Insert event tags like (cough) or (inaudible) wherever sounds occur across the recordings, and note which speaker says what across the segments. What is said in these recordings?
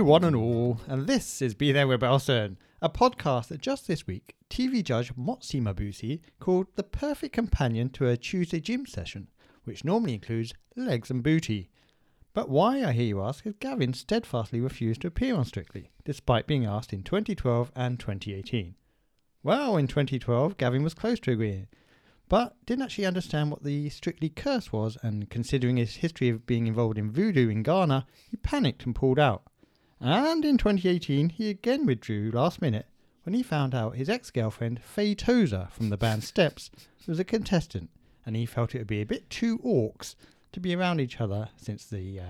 Speaker 1: one and all, and this is Be There with Belson, a podcast that just this week, TV judge Motsi Mabusi called the perfect companion to a Tuesday gym session, which normally includes legs and booty. But why, I hear you ask, has Gavin steadfastly refused to appear on Strictly, despite being asked in 2012 and 2018? Well, in 2012, Gavin was close to agreeing, but didn't actually understand what the Strictly curse was, and considering his history of being involved in voodoo in Ghana, he panicked and pulled out. And in 2018, he again withdrew last minute when he found out his ex girlfriend, Faye Tozer from the band Steps, was a contestant, and he felt it would be a bit too orcs to be around each other since the uh,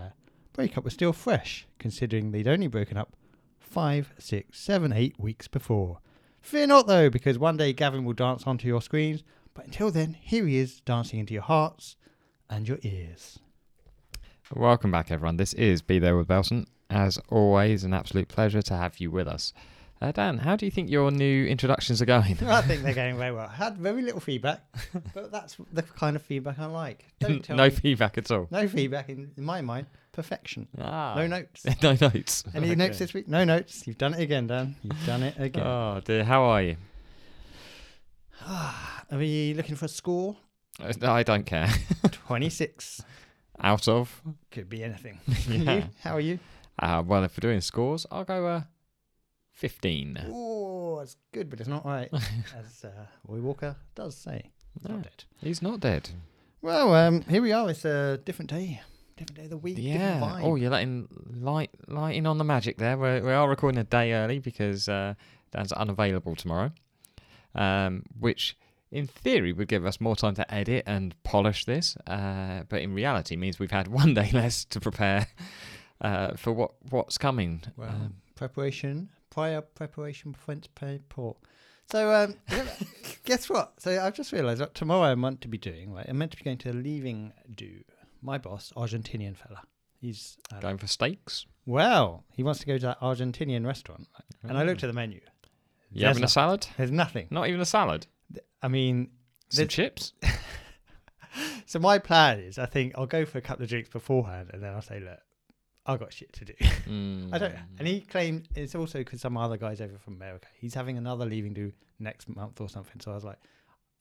Speaker 1: breakup was still fresh, considering they'd only broken up five, six, seven, eight weeks before. Fear not, though, because one day Gavin will dance onto your screens, but until then, here he is dancing into your hearts and your ears.
Speaker 2: Welcome back, everyone. This is Be There with Belson. As always, an absolute pleasure to have you with us. Uh, Dan, how do you think your new introductions are going?
Speaker 1: (laughs) I
Speaker 2: (laughs)
Speaker 1: think they're going very well. Had very little feedback, (laughs) but that's the kind of feedback I like. Don't tell
Speaker 2: no
Speaker 1: me-
Speaker 2: feedback at all.
Speaker 1: no feedback in, in my mind. Perfection.
Speaker 2: Ah.
Speaker 1: No notes.
Speaker 2: (laughs) no notes.
Speaker 1: Any
Speaker 2: Okay.
Speaker 1: notes this week? No notes. You've done it again, Dan. You've done it again.
Speaker 2: Oh dear, how are you?
Speaker 1: Are we looking for a score?
Speaker 2: Uh, I don't care. (laughs)
Speaker 1: 26.
Speaker 2: Out of.
Speaker 1: Could be anything.
Speaker 2: (laughs) Yeah.
Speaker 1: (laughs) You? How are you?
Speaker 2: Uh, well, if we're doing scores, I'll go uh, 15.
Speaker 1: Oh, it's good, but it's not
Speaker 2: (laughs)
Speaker 1: right, as uh, Roy Walker does say. It's
Speaker 2: No.
Speaker 1: Not dead.
Speaker 2: Ah. He's not dead.
Speaker 1: Well, um, here we are. It's a different day. Different day of the week.
Speaker 2: Yeah.
Speaker 1: Different vibe.
Speaker 2: Oh, you're letting light lighting on the magic there. We're, we are recording a day early because uh, Dan's unavailable tomorrow, um, which in theory would give us more time to edit and polish this, uh, but in reality means we've had (laughs) one day less to prepare uh, for what what's coming.
Speaker 1: Well,
Speaker 2: Um,
Speaker 1: preparation, prior preparation, French paper. So, um, (laughs) guess what? So I've just realised that tomorrow I'm meant to be doing. Right, I'm meant to be going to a leaving do. My boss, Argentinian fella. He's uh,
Speaker 2: going for steaks.
Speaker 1: well. He wants to go to that Argentinian restaurant, right? and I looked
Speaker 2: Oh.
Speaker 1: at the menu.
Speaker 2: You having a
Speaker 1: there's
Speaker 2: salad?
Speaker 1: There's nothing.
Speaker 2: Not even a salad.
Speaker 1: I mean,
Speaker 2: Some
Speaker 1: There's- (laughs)
Speaker 2: chips.
Speaker 1: so my plan is, I think I'll go for a couple of drinks beforehand, and then I'll say, look, I've got shit to do.
Speaker 2: Hmm.
Speaker 1: I don't.
Speaker 2: Mm.
Speaker 1: And he claimed it's also because some other guy's over from America. He's having another leaving do next month or something. So I was like,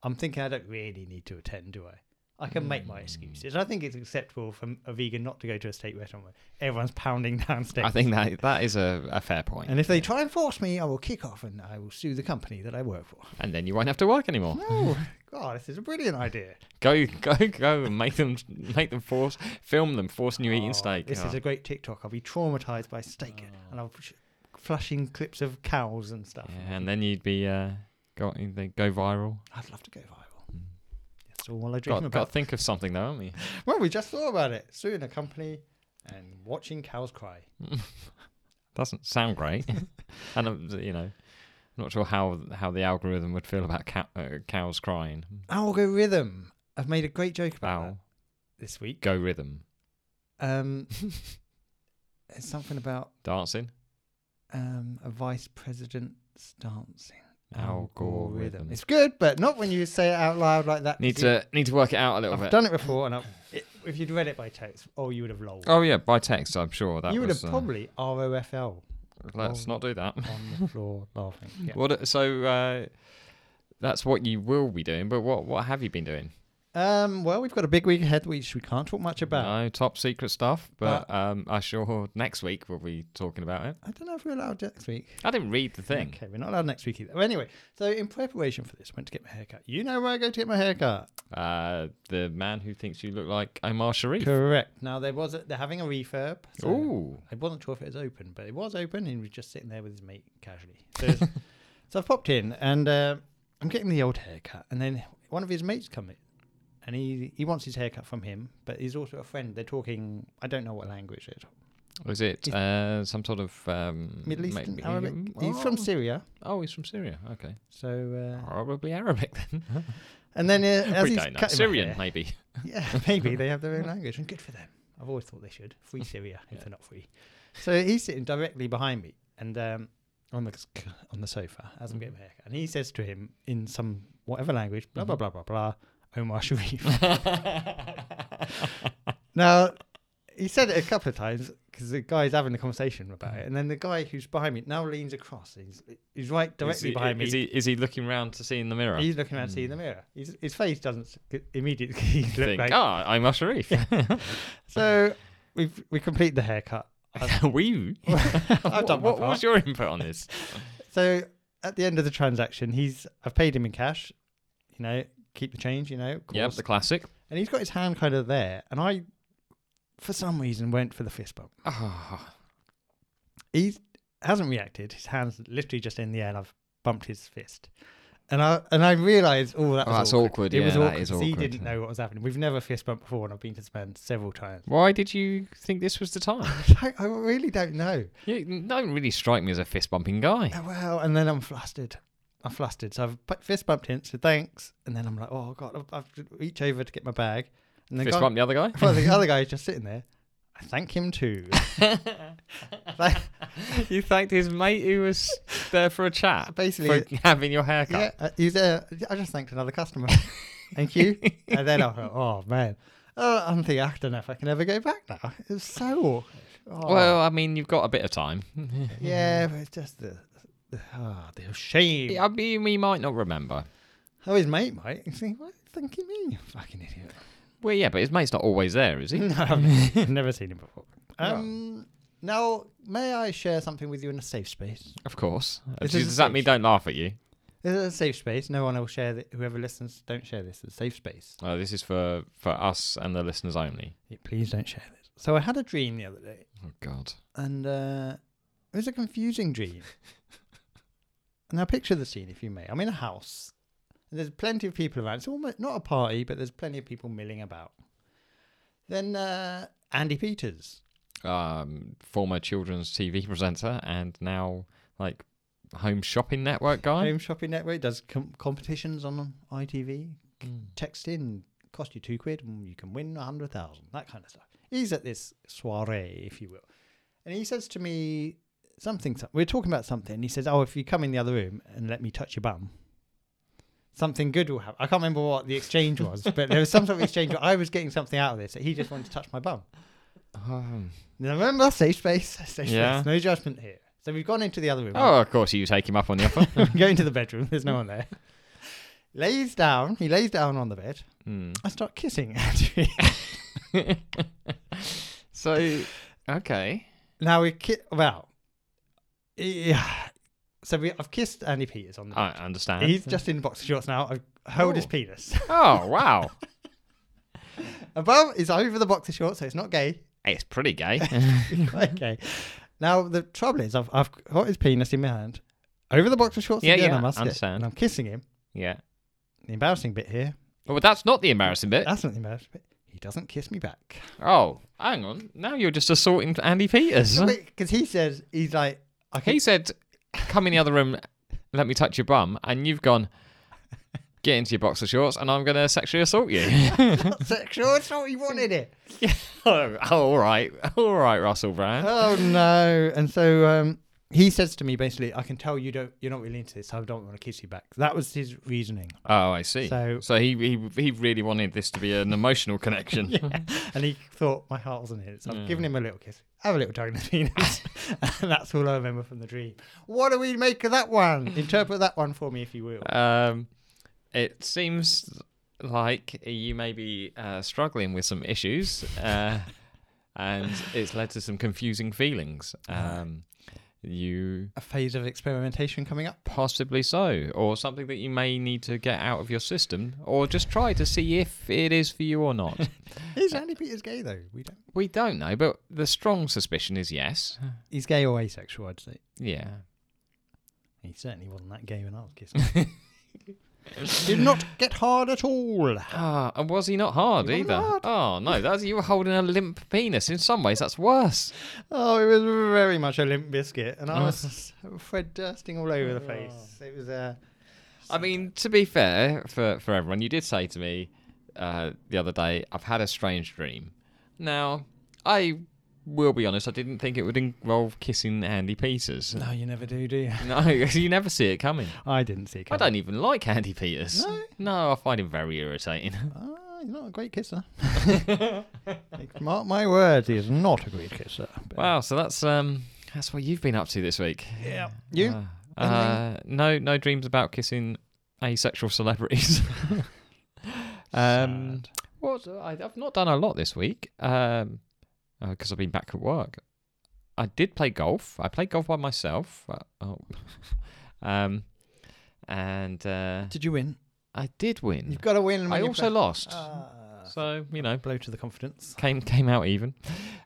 Speaker 1: I'm thinking I don't really need to attend, do I? I can make
Speaker 2: Mm.
Speaker 1: my excuses. I think it's acceptable for a vegan not to go to a state restaurant where everyone's pounding (laughs) down steaks.
Speaker 2: I think that that is a, a fair point.
Speaker 1: And if they try and force me, I will kick off and I will sue the company that I work for.
Speaker 2: And then you won't have to work anymore.
Speaker 1: Oh, (laughs) God, this is a brilliant idea.
Speaker 2: Go, (laughs) go, go! and Make them, make them force, film them forcing you eating
Speaker 1: Oh,
Speaker 2: steak.
Speaker 1: This is
Speaker 2: Oh.
Speaker 1: a great TikTok. I'll be traumatized by steak and I'll be flushing clips of cows and stuff.
Speaker 2: Yeah, and then you'd be uh, go, they go viral.
Speaker 1: I'd love to go viral. That's all I dream
Speaker 2: Got, got
Speaker 1: about.
Speaker 2: to think of something though, haven't you?
Speaker 1: Well, we just thought about it. Suing a company and watching cows cry.
Speaker 2: Doesn't
Speaker 1: (laughs)
Speaker 2: sound great. and um, you know, not sure how how the algorithm would feel about cow, uh, cows crying.
Speaker 1: Algorithm. I've made a great joke about that
Speaker 2: Bow,
Speaker 1: this week.
Speaker 2: go rhythm, (laughs)
Speaker 1: Um, it's something about
Speaker 2: dancing,
Speaker 1: um, a vice president dancing.
Speaker 2: algorithm.
Speaker 1: It's good, but not when you say it out loud like that.
Speaker 2: Need
Speaker 1: 'cause you-
Speaker 2: to need to work it out a little
Speaker 1: I've
Speaker 2: bit.
Speaker 1: done it before, and I've, it, if you'd read it by text, oh, you would have lolled.
Speaker 2: Oh yeah, by text, I'm sure that
Speaker 1: you would
Speaker 2: was.
Speaker 1: have
Speaker 2: uh,
Speaker 1: probably ROFL
Speaker 2: let's not do that.
Speaker 1: on
Speaker 2: (laughs)
Speaker 1: the floor laughing. Yeah.
Speaker 2: What? So uh, that's what you will be doing. But what what have you been doing?
Speaker 1: Um, well, we've got a big week ahead, which we can't talk much about.
Speaker 2: No top secret stuff, but um, I sure next week we'll be talking about it.
Speaker 1: I don't know if we're allowed next week.
Speaker 2: I didn't read the thing.
Speaker 1: Okay, we're not allowed next week either. Well, anyway, so in preparation for this, went to get my haircut. You know where I go to get my haircut.
Speaker 2: Uh, the man who thinks you look like Omar Sharif.
Speaker 1: Correct. Now there was a, they're having a refurb. So
Speaker 2: Ooh,
Speaker 1: I wasn't sure if it was open, but it was open, and he was just sitting there with his mate casually. So,
Speaker 2: (laughs)
Speaker 1: it's- so I popped in, and uh, I'm getting the old haircut, and then one of his mates come in, and he he wants his haircut from him, but he's also a friend. They're talking. I don't know what language it is.
Speaker 2: was it
Speaker 1: He's-
Speaker 2: uh, some sort of um,
Speaker 1: Middle Eastern,
Speaker 2: maybe-
Speaker 1: Arabic.
Speaker 2: Mm,
Speaker 1: He's from
Speaker 2: oh.
Speaker 1: Syria,
Speaker 2: Oh, he's from Syria. Okay,
Speaker 1: so uh,
Speaker 2: probably Arabic then.
Speaker 1: and then uh, as
Speaker 2: we
Speaker 1: he's
Speaker 2: don't know.
Speaker 1: cutting my
Speaker 2: Syrian,
Speaker 1: hair-
Speaker 2: maybe.
Speaker 1: Yeah,
Speaker 2: (laughs)
Speaker 1: maybe they have their own language, and good for them. I've always thought they should. Free Syria if they're not free. So he's sitting directly behind me, and um, on the c- on the sofa as I'm
Speaker 2: Mm-hmm.
Speaker 1: getting my haircut, and he says to him in some whatever language, blah blah blah blah blah, Omar
Speaker 2: (laughs)
Speaker 1: Sharif. now he said it a couple of times because because the guy's having a conversation about
Speaker 2: Mm-hmm.
Speaker 1: it, and then the guy who's behind me now leans across. He's he's right
Speaker 2: Is
Speaker 1: directly
Speaker 2: he,
Speaker 1: behind me.
Speaker 2: Is he, is he looking round to see in the mirror? Mm.
Speaker 1: He's looking around to see in the mirror. He's, his face doesn't s- immediately (laughs) look
Speaker 2: Think,
Speaker 1: like.
Speaker 2: ah,
Speaker 1: (laughs)
Speaker 2: I'm Asharif.
Speaker 1: So we have we complete the
Speaker 2: (laughs)
Speaker 1: haircut.
Speaker 2: we.
Speaker 1: I've
Speaker 2: what,
Speaker 1: done my
Speaker 2: what, what was
Speaker 1: part.
Speaker 2: your input on this?
Speaker 1: So at the end of the transaction, he's I've paid him in cash. You know, keep the change. You know, of
Speaker 2: yep,
Speaker 1: course.
Speaker 2: the classic.
Speaker 1: and he's got his hand kind of there, and I, for some reason, went for the fist bump.
Speaker 2: Ah,
Speaker 1: He hasn't reacted. His hand's literally just in the air, and I've bumped his fist. And I and I realised, oh, that
Speaker 2: Oh,
Speaker 1: was
Speaker 2: that's awkward,
Speaker 1: It
Speaker 2: yeah,
Speaker 1: was
Speaker 2: that
Speaker 1: awkward.
Speaker 2: is
Speaker 1: 'cause He
Speaker 2: awkward,
Speaker 1: didn't
Speaker 2: yeah.
Speaker 1: know what was happening. We've never fist bumped before, and I've been to Japan several times.
Speaker 2: why did you think this was the time?
Speaker 1: (laughs) I, I really don't know.
Speaker 2: (laughs) You don't really strike me as a fist bumping guy.
Speaker 1: Oh, Well, and then I'm flustered. I'm flustered. So I've pu- fist bumped him, so thanks. And then I'm like, oh god, I've, I've reach over to get my bag, and then
Speaker 2: Fist bump the other (laughs) guy.
Speaker 1: Well, the other guy's just sitting there. I thank him too. Thank-
Speaker 2: you thanked his mate who was there for a (laughs) chat,
Speaker 1: Basically,
Speaker 2: for having your haircut.
Speaker 1: yeah, uh, he's there. I just thanked another customer. thank you. And then I thought, oh man, oh, I'm thinking, I don't know if I can ever go back now. It's so awkward. Oh,
Speaker 2: Well, I mean, you've got a bit of time.
Speaker 1: yeah, but it's just the. the- Oh, the shame.
Speaker 2: I mean, we might not remember.
Speaker 1: Oh, his mate might. He's thinking, what thanking me? Fucking idiot.
Speaker 2: Well, yeah, but his mate's not always there, is
Speaker 1: (laughs)
Speaker 2: he?
Speaker 1: No, I've never seen him before.
Speaker 2: No.
Speaker 1: Um, Now, may I share something with you in a safe space?
Speaker 2: Of course.
Speaker 1: This
Speaker 2: Does,
Speaker 1: is
Speaker 2: does that mean don't laugh at you?
Speaker 1: This is a safe space. No one will share that. Whoever listens, don't share this. It's a safe space.
Speaker 2: Oh, this is for for us and the listeners only.
Speaker 1: Yeah, Please don't share this. So I had a dream the other day,
Speaker 2: Oh God.
Speaker 1: and uh, it was a confusing dream. (laughs) now picture the scene, if you may. I'm in a house, and there's plenty of people around. It's almost not a party, but there's plenty of people milling about. Then uh, Andy Peters,
Speaker 2: Um, former children's TV presenter and now like home shopping network guy.
Speaker 1: Home Shopping Network does com- competitions on ITV.
Speaker 2: Mm.
Speaker 1: Text in, cost you two quid, and you can win a hundred thousand. That kind of stuff. He's at this soiree, if you will, and he says to me something. so- We're talking about something. He says, "Oh, if you come in the other room and let me touch your bum." Something good will happen. I can't remember what the exchange was,
Speaker 2: (laughs)
Speaker 1: but there was some sort of exchange. Where I was getting something out of this that he just wanted to touch my bum.
Speaker 2: Um,
Speaker 1: Now remember, safe space, (laughs) safe
Speaker 2: Yeah.
Speaker 1: space, no judgment here. So we've gone into the other room. (laughs)
Speaker 2: oh, of course you take him up on the offer. (laughs)
Speaker 1: I'm going to the bedroom. There's no one there. Lays down. He lays down on the bed.
Speaker 2: Mm.
Speaker 1: I start kissing Andrew.
Speaker 2: (laughs) so, okay.
Speaker 1: now we ki- well, yeah. So we, I've kissed Andy Peters on the.
Speaker 2: I
Speaker 1: Bed.
Speaker 2: understand.
Speaker 1: He's just in boxer shorts now. I've held his
Speaker 2: Oh.
Speaker 1: penis
Speaker 2: (laughs)
Speaker 1: (laughs)
Speaker 2: Oh wow,
Speaker 1: above. is over the boxer shorts, so it's not gay. (laughs)
Speaker 2: it's pretty gay.
Speaker 1: okay. Now the trouble is, I've I've got his penis in my hand, over the boxer shorts
Speaker 2: Yeah,
Speaker 1: again.
Speaker 2: yeah,
Speaker 1: I must
Speaker 2: understand.
Speaker 1: Get, and I'm kissing him.
Speaker 2: yeah.
Speaker 1: The embarrassing bit here.
Speaker 2: Well, that's not the embarrassing bit.
Speaker 1: That's not the embarrassing bit. He doesn't kiss me back.
Speaker 2: Oh, hang on. Now you're just assaulting Andy Peters.
Speaker 1: Because he says he's like, I
Speaker 2: He said, "Come in the other room, let me touch your bum," and you've gone, "Get into your boxer shorts, and I'm going to sexually
Speaker 1: (laughs)
Speaker 2: assault you." (laughs)
Speaker 1: not sexual. It's not what he wanted it.
Speaker 2: oh, all right, (laughs) all right, Russell Brand.
Speaker 1: Oh no! And so um, he says to me, basically, I can tell you don't, you're not really into this. So I don't want to kiss you back. That was his reasoning.
Speaker 2: Oh, I see.
Speaker 1: So-
Speaker 2: So, he, he he really wanted this to be an emotional connection.
Speaker 1: (laughs) And he thought my heart was in it, so I've given him a little kiss, have a little tug in the penis, (laughs) and that's all I remember from the dream. What do we make of that (laughs) one? Interpret that one for me, if you will.
Speaker 2: Um, it seems like you may be uh, struggling with some issues, uh, and it's led to some confusing feelings. Um, you
Speaker 1: A phase of experimentation coming up.
Speaker 2: Possibly so, or something that you may need to get out of your system, or just try to see if it is for you or not.
Speaker 1: Is Andy Peters gay though? We don't.
Speaker 2: we don't know, but the strong suspicion is yes.
Speaker 1: He's gay or asexual, I'd say.
Speaker 2: Yeah.
Speaker 1: He certainly wasn't that gay when I was kissing. him. (laughs) Did not get hard at all.
Speaker 2: (laughs) Ah, and was he not hard
Speaker 1: He wasn't
Speaker 2: either?
Speaker 1: hard.
Speaker 2: Oh no, that's you were holding a limp penis. In some ways, that's worse.
Speaker 1: Oh, it was very much a limp biscuit, and I was (laughs) Fred Dursting all over the face. It was uh,
Speaker 2: I mean, to be fair for for everyone, you did say to me uh, the other day, "I've had a strange dream." Now, I will be honest, I didn't think it would involve kissing Andy Peters.
Speaker 1: no, you never do, do you?
Speaker 2: (laughs) No, (laughs) you never see it coming.
Speaker 1: I didn't see. it
Speaker 2: I e-
Speaker 1: coming.
Speaker 2: don't even like Andy Peters.
Speaker 1: No?
Speaker 2: I find him very irritating. (laughs)
Speaker 1: Ah, he's not a great kisser. Like, Mark my words, he is not a great kisser. But-
Speaker 2: Wow, so that's um that's what you've been up to this week.
Speaker 1: Yeah. You?
Speaker 2: Uh, uh, no no dreams about kissing asexual celebrities. um what I, I've not done a lot this week. Um because I've been back at work. I did play golf. I played golf by myself. Uh, oh. (laughs) um and uh,
Speaker 1: Did you win?
Speaker 2: I did win.
Speaker 1: You've got to win.
Speaker 2: Mm. I also lost.
Speaker 1: Ah,
Speaker 2: so, you know,
Speaker 1: blow to the confidence.
Speaker 2: came (laughs) came out even.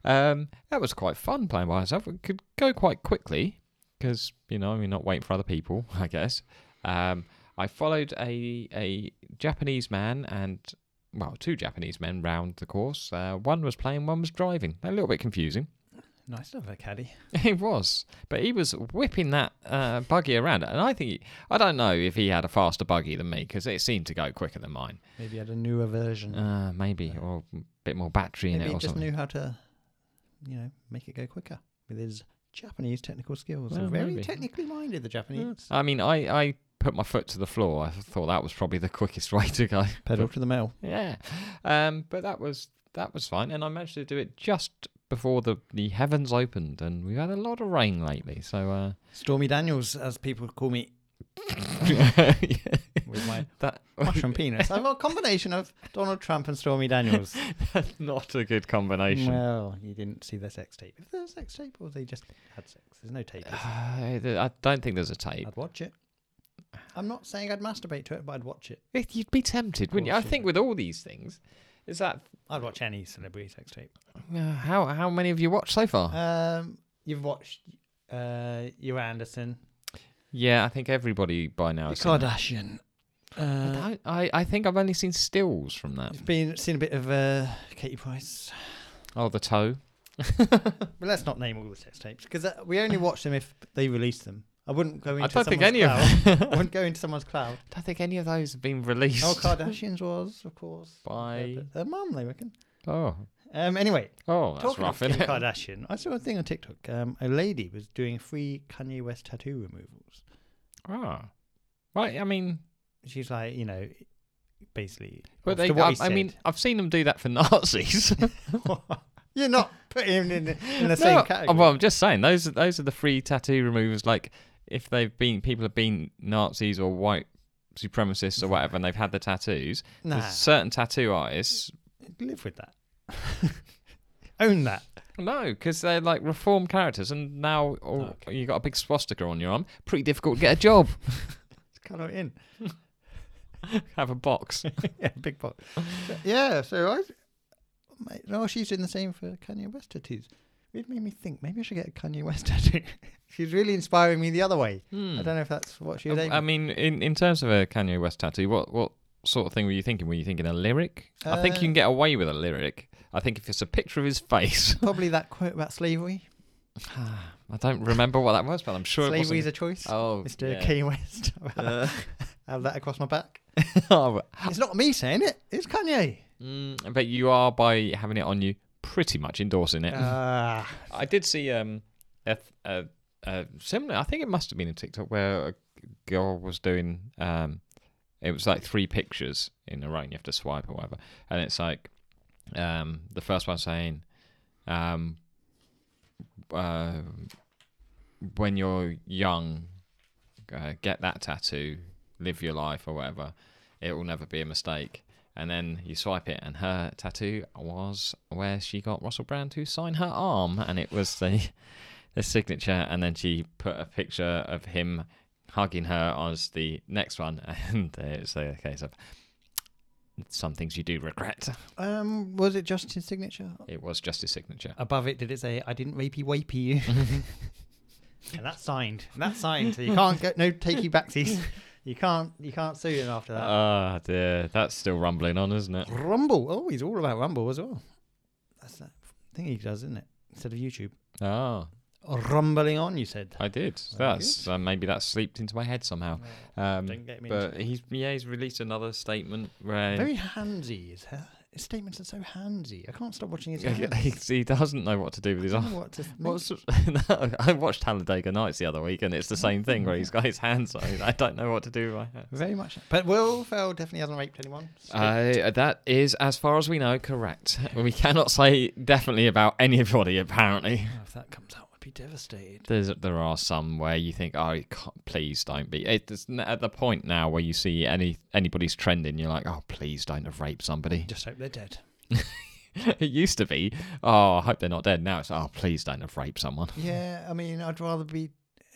Speaker 2: Um, that was quite fun playing by myself. It could go quite quickly because you know you're not waiting for other people, (laughs) I guess. Um, I followed a a Japanese man and well, two Japanese men round the course. Uh, one was playing, one was driving. A little bit confusing. (laughs)
Speaker 1: Nice to have a caddy.
Speaker 2: It was, but he was whipping that uh, buggy around, and I think he, I don't know if he had a faster buggy than me because it seemed to go quicker than mine.
Speaker 1: Maybe he had a newer version.
Speaker 2: Uh, maybe or a bit more battery in
Speaker 1: Mm. Maybe
Speaker 2: it
Speaker 1: he
Speaker 2: or
Speaker 1: just
Speaker 2: something.
Speaker 1: knew how to, you know, make it go quicker with his Japanese technical skills.
Speaker 2: Well,
Speaker 1: Very
Speaker 2: maybe.
Speaker 1: technically minded, the Japanese.
Speaker 2: I mean, I, I put my foot to the floor. I thought that was probably the quickest (laughs) way to go.
Speaker 1: Pedal to the metal.
Speaker 2: Yeah. Um, but that was that was fine, and I managed to do it just before the the heavens opened, and we've had a lot of rain lately. So uh,
Speaker 1: Stormy Daniels, as people call me, with my
Speaker 2: (laughs) that
Speaker 1: mushroom penis.
Speaker 2: (laughs)
Speaker 1: I've got a combination of Donald Trump and Stormy Daniels.
Speaker 2: that's not a good combination.
Speaker 1: well, you didn't see their sex tape. If there's a sex tape, or they just had sex. There's no tape. is there?
Speaker 2: Uh, th- (sighs) I don't think there's a tape.
Speaker 1: I'd watch it. I'm not saying I'd masturbate to it, but I'd watch it.
Speaker 2: It- You'd be tempted, wouldn't you? I
Speaker 1: course you
Speaker 2: think with all these things, is that
Speaker 1: I'd watch any celebrity sex tape.
Speaker 2: uh, how how many have you watched so far?
Speaker 1: Um, you've watched uh, you Anderson,
Speaker 2: yeah, I think everybody by now. has seen it.
Speaker 1: Kardashian.
Speaker 2: I
Speaker 1: Uh,
Speaker 2: don't- I, I think I've only seen stills from that.
Speaker 1: you've been seen a bit of uh, Katie Price.
Speaker 2: Oh, the toe.
Speaker 1: But let's not name all the sex tapes because uh, we only watch them if they release them. I wouldn't go into.
Speaker 2: I don't think
Speaker 1: someone's
Speaker 2: any of.
Speaker 1: cloud. I
Speaker 2: I
Speaker 1: wouldn't go into someone's cloud.
Speaker 2: (laughs) don't think any of those have been released.
Speaker 1: Oh, Kardashians was, of course.
Speaker 2: By-
Speaker 1: Their- their mum, they reckon.
Speaker 2: (laughs) oh,
Speaker 1: Um, anyway,
Speaker 2: oh, that's
Speaker 1: talking
Speaker 2: rough,
Speaker 1: of
Speaker 2: isn't
Speaker 1: Kim
Speaker 2: it?
Speaker 1: Kardashian, I saw a thing on TikTok. Um, a lady was doing free Kanye West tattoo removals.
Speaker 2: Oh. Right, I mean,
Speaker 1: She's like, you know, basically.
Speaker 2: but they,
Speaker 1: after what
Speaker 2: I,
Speaker 1: he
Speaker 2: I mean,
Speaker 1: said-
Speaker 2: I've seen them do that for (laughs) Nazis.
Speaker 1: (laughs) you're not putting him in the, in the
Speaker 2: (laughs) No,
Speaker 1: same
Speaker 2: uh,
Speaker 1: category.
Speaker 2: Well, I'm just saying those are those are the free tattoo removers. Like if they've been people have been Nazis or white supremacists or whatever, and they've had the tattoos.
Speaker 1: nah,
Speaker 2: There's certain tattoo artists.
Speaker 1: live with that. Own that.
Speaker 2: No, because they're like reformed characters, and now all,
Speaker 1: Oh, Okay.
Speaker 2: you got a big swastika on your arm. Pretty difficult to get a job. (laughs)
Speaker 1: Colour it in.
Speaker 2: Have
Speaker 1: (laughs)
Speaker 2: a box.
Speaker 1: yeah, big pot. yeah, so I. Mate, oh, she's doing the same for Kanye West tattoos. It made me think maybe I should get a Kanye West (laughs) tattoo. she's really inspiring me the other way. I don't know if that's what she was
Speaker 2: Hmm. Um, I
Speaker 1: aiming.
Speaker 2: mean, in, in terms of a Kanye West tattoo, what what sort of thing were you thinking? Were you thinking a lyric? I think you
Speaker 1: Uh,
Speaker 2: can get away with a lyric. I think if it's a picture of
Speaker 1: (sighs)
Speaker 2: his face,
Speaker 1: Probably that quote about slavery.
Speaker 2: I don't remember what that was, but I'm sure it
Speaker 1: Slavery is
Speaker 2: wasn't.
Speaker 1: Ah. a choice. (laughs)
Speaker 2: Oh,
Speaker 1: Mr.
Speaker 2: yeah.
Speaker 1: Kanye West. (laughs)
Speaker 2: Uh,
Speaker 1: I have that across my back.
Speaker 2: (laughs) oh,
Speaker 1: It's not me saying it. It's Kanye.
Speaker 2: mm, but you are by having it on you, pretty much endorsing it.
Speaker 1: Ah,
Speaker 2: I did see um a, th- a, a similar. I think it must have been a TikTok where a girl was doing um, it was like three pictures in a row. And you have to swipe or whatever, and it's like um the first one saying um uh, when you're young, uh, get that tattoo, live your life or whatever. It will never be a mistake. And then you swipe it, and her tattoo was where she got Russell Brand to sign her arm, and it was the (laughs) the signature. And then she put a picture of him hugging her as the next one, (laughs) and it's a case of some things you do regret.
Speaker 1: um, was it just his signature?
Speaker 2: It was just his signature.
Speaker 1: Above it, did it say, "I didn't rapey wapey
Speaker 2: (laughs)
Speaker 1: you"? (laughs) and that's signed. And that's signed. So you can't get (laughs) no takey backsies. You can't. You can't sue him after that.
Speaker 2: Ah, dear, that's still rumbling on, isn't it?
Speaker 1: Rumble. Oh, he's all about Rumble as well. That's that thing he does, isn't it? Instead of YouTube,
Speaker 2: Ah.
Speaker 1: rumbling on. You said.
Speaker 2: I did.
Speaker 1: Very
Speaker 2: That's uh, maybe that's sleeped into my head somehow. Um,
Speaker 1: Oh, Don't get me. into
Speaker 2: but he's yeah, he's released another statement where
Speaker 1: Very handsy is her. His statements are so handsy. I can't stop watching his.
Speaker 2: Yeah,
Speaker 1: hands.
Speaker 2: (laughs) he, he doesn't know what to do with
Speaker 1: I
Speaker 2: his
Speaker 1: don't
Speaker 2: arm.
Speaker 1: know what to make.
Speaker 2: (laughs) What's, Oh, no, I watched Talladega Nights the other week, and it's the same thing where he's got his hands. on it. I don't know what to do with my hands.
Speaker 1: Very much. But Will Ferrell definitely hasn't raped anyone. So
Speaker 2: Uh, that is, as far as we know, correct. (laughs) We cannot say definitely about anybody, apparently.
Speaker 1: if that comes out, I'd be devastated.
Speaker 2: There's, there are some where you think, oh, you can't- please don't be. It's n- at the point now where you see any anybody's trending, you're like, oh, please don't have raped somebody. (laughs)
Speaker 1: Just hope they're dead.
Speaker 2: it used to be, oh, I hope they're not dead. Now it's, oh, please don't have raped someone.
Speaker 1: Yeah, I mean, I'd rather be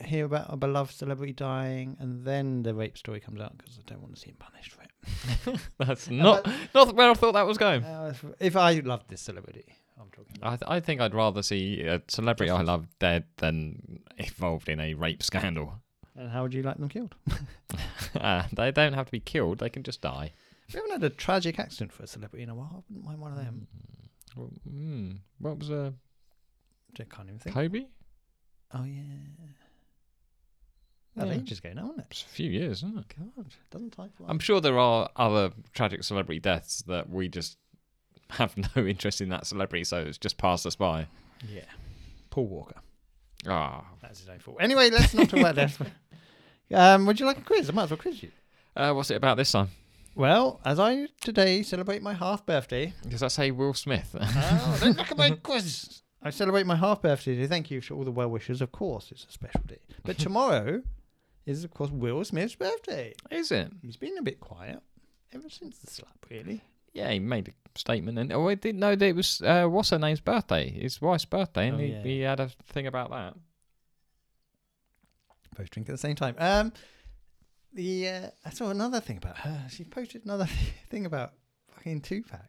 Speaker 1: hear about a beloved celebrity dying and then the rape story comes out because I don't want to see him punished for it.
Speaker 2: (laughs) That's (laughs) not not where I thought that was going.
Speaker 1: Uh, if, if I loved this celebrity, I'm talking. About.
Speaker 2: I, th- I think I'd rather see a celebrity I love dead than involved in a rape scandal. (laughs)
Speaker 1: And how would you like them killed?
Speaker 2: Uh, they don't have to be killed; they can just die.
Speaker 1: We haven't had a tragic accident for a celebrity in a while. I wouldn't mind one of them.
Speaker 2: Well, mm, what was uh,
Speaker 1: I can't even think.
Speaker 2: Kobe?
Speaker 1: Oh yeah, that
Speaker 2: Yeah.
Speaker 1: ages ago now, wasn't it?
Speaker 2: It's a few years, isn't it?
Speaker 1: God, doesn't time fly?
Speaker 2: I'm sure there are other tragic celebrity deaths that we just have (laughs) no interest in that celebrity, so it's just passed us by.
Speaker 1: yeah, Paul Walker.
Speaker 2: Ah,
Speaker 1: That's his own fault. Anyway, let's not talk about
Speaker 2: (laughs)
Speaker 1: that. Um, would you like a quiz? I might as well quiz you.
Speaker 2: uh, what's it about this time?
Speaker 1: Well, as I today celebrate my half birthday,
Speaker 2: Does that say Will Smith? (laughs)
Speaker 1: oh, don't look at my quiz. I celebrate my half birthday today. Thank you to all the well wishers. Of course, it's a special day. But
Speaker 2: (laughs)
Speaker 1: tomorrow is, of course, Will Smith's birthday.
Speaker 2: Is it?
Speaker 1: He's been a bit quiet ever since the slap, really.
Speaker 2: Yeah, he made a statement, and oh, I didn't know that it was uh, what's her name's birthday, his wife's birthday, and
Speaker 1: Oh,
Speaker 2: he,
Speaker 1: yeah.
Speaker 2: he had a thing about
Speaker 1: (laughs)
Speaker 2: that.
Speaker 1: Both drink at the same time. Um, the uh, I saw another thing about her. She posted another (laughs) thing about fucking Tupac.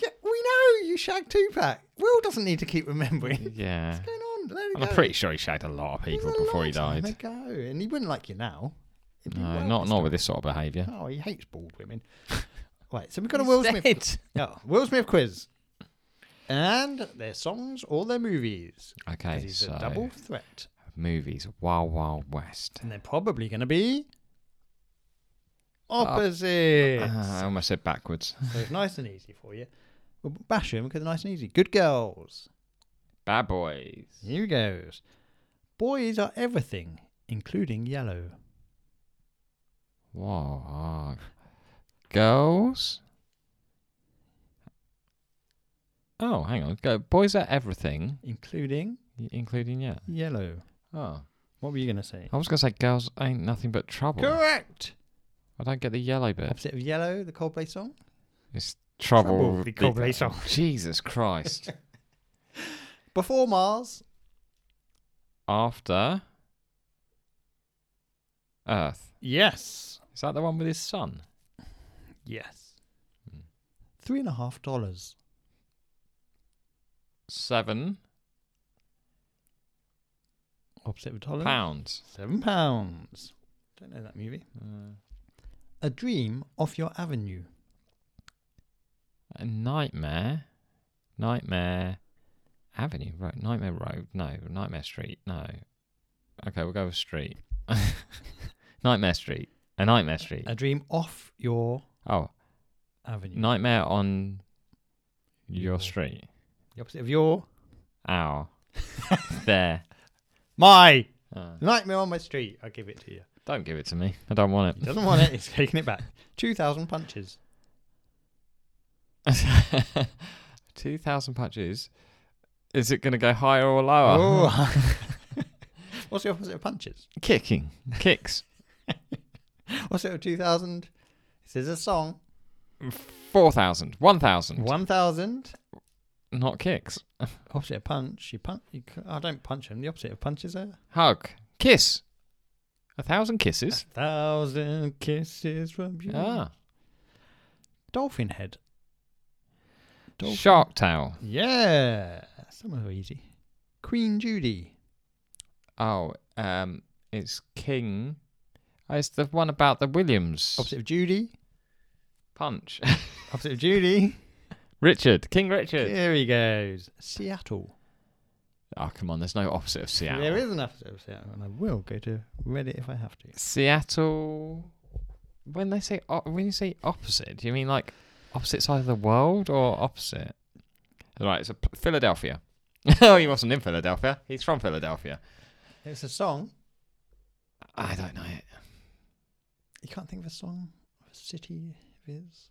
Speaker 1: Yeah, we know you shagged Tupac. Will doesn't need to keep remembering.
Speaker 2: Yeah,
Speaker 1: What's going on? There we
Speaker 2: and I'm
Speaker 1: go.
Speaker 2: pretty sure he shagged a lot of
Speaker 1: It was
Speaker 2: people
Speaker 1: a
Speaker 2: before he
Speaker 1: long time
Speaker 2: died.
Speaker 1: ago, and he wouldn't like you now. He'd be
Speaker 2: No,
Speaker 1: well
Speaker 2: not
Speaker 1: pissed
Speaker 2: not
Speaker 1: off.
Speaker 2: with this sort of behaviour.
Speaker 1: Oh, he hates bald women. right, so we've got a Will Smith. (laughs) Oh, Will Smith quiz. And their songs or their movies. 'cause
Speaker 2: Okay,
Speaker 1: he's
Speaker 2: so
Speaker 1: a double threat.
Speaker 2: movies, Wild Wild West.
Speaker 1: And they're probably going to be opposites.
Speaker 2: Ah, I almost said backwards.
Speaker 1: so it's nice and easy for you. Well, bash them because they're nice and easy. Good girls.
Speaker 2: Bad Boys.
Speaker 1: Here goes. Boys are everything, including yellow.
Speaker 2: Whoa, ah. girls. Oh, hang on. Go. Boys are everything,
Speaker 1: Including
Speaker 2: y- including yeah.
Speaker 1: yellow.
Speaker 2: Oh,
Speaker 1: What were you going to say?
Speaker 2: I was gonna say girls ain't nothing but trouble.
Speaker 1: Correct.
Speaker 2: I don't get the yellow bit.
Speaker 1: Opposite of yellow, the Coldplay song.
Speaker 2: It's trouble.
Speaker 1: Trouble,
Speaker 2: with
Speaker 1: the
Speaker 2: the-
Speaker 1: Coldplay song.
Speaker 2: (laughs) Jesus Christ.
Speaker 1: Before Mars,
Speaker 2: After Earth.
Speaker 1: Yes.
Speaker 2: Is that the one with his son?
Speaker 1: Yes.
Speaker 2: Hmm.
Speaker 1: Three and a half dollars.
Speaker 2: Seven
Speaker 1: Opposite of dollar.
Speaker 2: pounds.
Speaker 1: Seven pounds. Don't know that movie.
Speaker 2: Uh,
Speaker 1: A dream off your avenue.
Speaker 2: a nightmare. Nightmare Avenue. Right. Nightmare Road. No. Nightmare Street. No. Okay, we'll go with Street. (laughs) nightmare Street. A Nightmare Street.
Speaker 1: A dream off your
Speaker 2: Oh,
Speaker 1: avenue.
Speaker 2: Nightmare on
Speaker 1: Your-
Speaker 2: your street.
Speaker 1: The opposite of your
Speaker 2: Ow. (laughs) there.
Speaker 1: my
Speaker 2: Uh,
Speaker 1: nightmare on my street. I'll give it to you.
Speaker 2: don't give it to me. I don't want
Speaker 1: He doesn't want it. He's (laughs) taking it back. Two thousand punches.
Speaker 2: it. (laughs) 2,000 punches. Is it going to go higher or lower?
Speaker 1: Oh. (laughs) What's the opposite of punches?
Speaker 2: Kicking. Kicks.
Speaker 1: What's it of two thousand? This is a song.
Speaker 2: 4,000. 1,000.
Speaker 1: One thousand.
Speaker 2: Not kicks.
Speaker 1: Opposite of punch. You punch. You, c- I don't punch him. The opposite of punch is a
Speaker 2: Hug. Kiss. A thousand kisses.
Speaker 1: A thousand kisses from you.
Speaker 2: Ah.
Speaker 1: Dolphin head. Dolphin.
Speaker 2: Shark tail.
Speaker 1: Yeah. Some are easy. Queen Judy.
Speaker 2: Oh, um, it's King. Oh, it's the one about the Williams.
Speaker 1: Opposite of Judy.
Speaker 2: Punch. (laughs)
Speaker 1: Opposite of Judy.
Speaker 2: Richard. King Richard.
Speaker 1: Here he goes. Seattle.
Speaker 2: Oh, come on. There's no opposite of Seattle.
Speaker 1: There is an opposite of Seattle, and I will go to Reddit if I have to.
Speaker 2: Seattle. When they say o- when you say opposite, do you mean like opposite side of the world or opposite? Right, it's a p- Philadelphia. (laughs) oh, he wasn't in Philadelphia. He's from Philadelphia.
Speaker 1: It's a song.
Speaker 2: I don't know it.
Speaker 1: You can't think of a song, a city of his.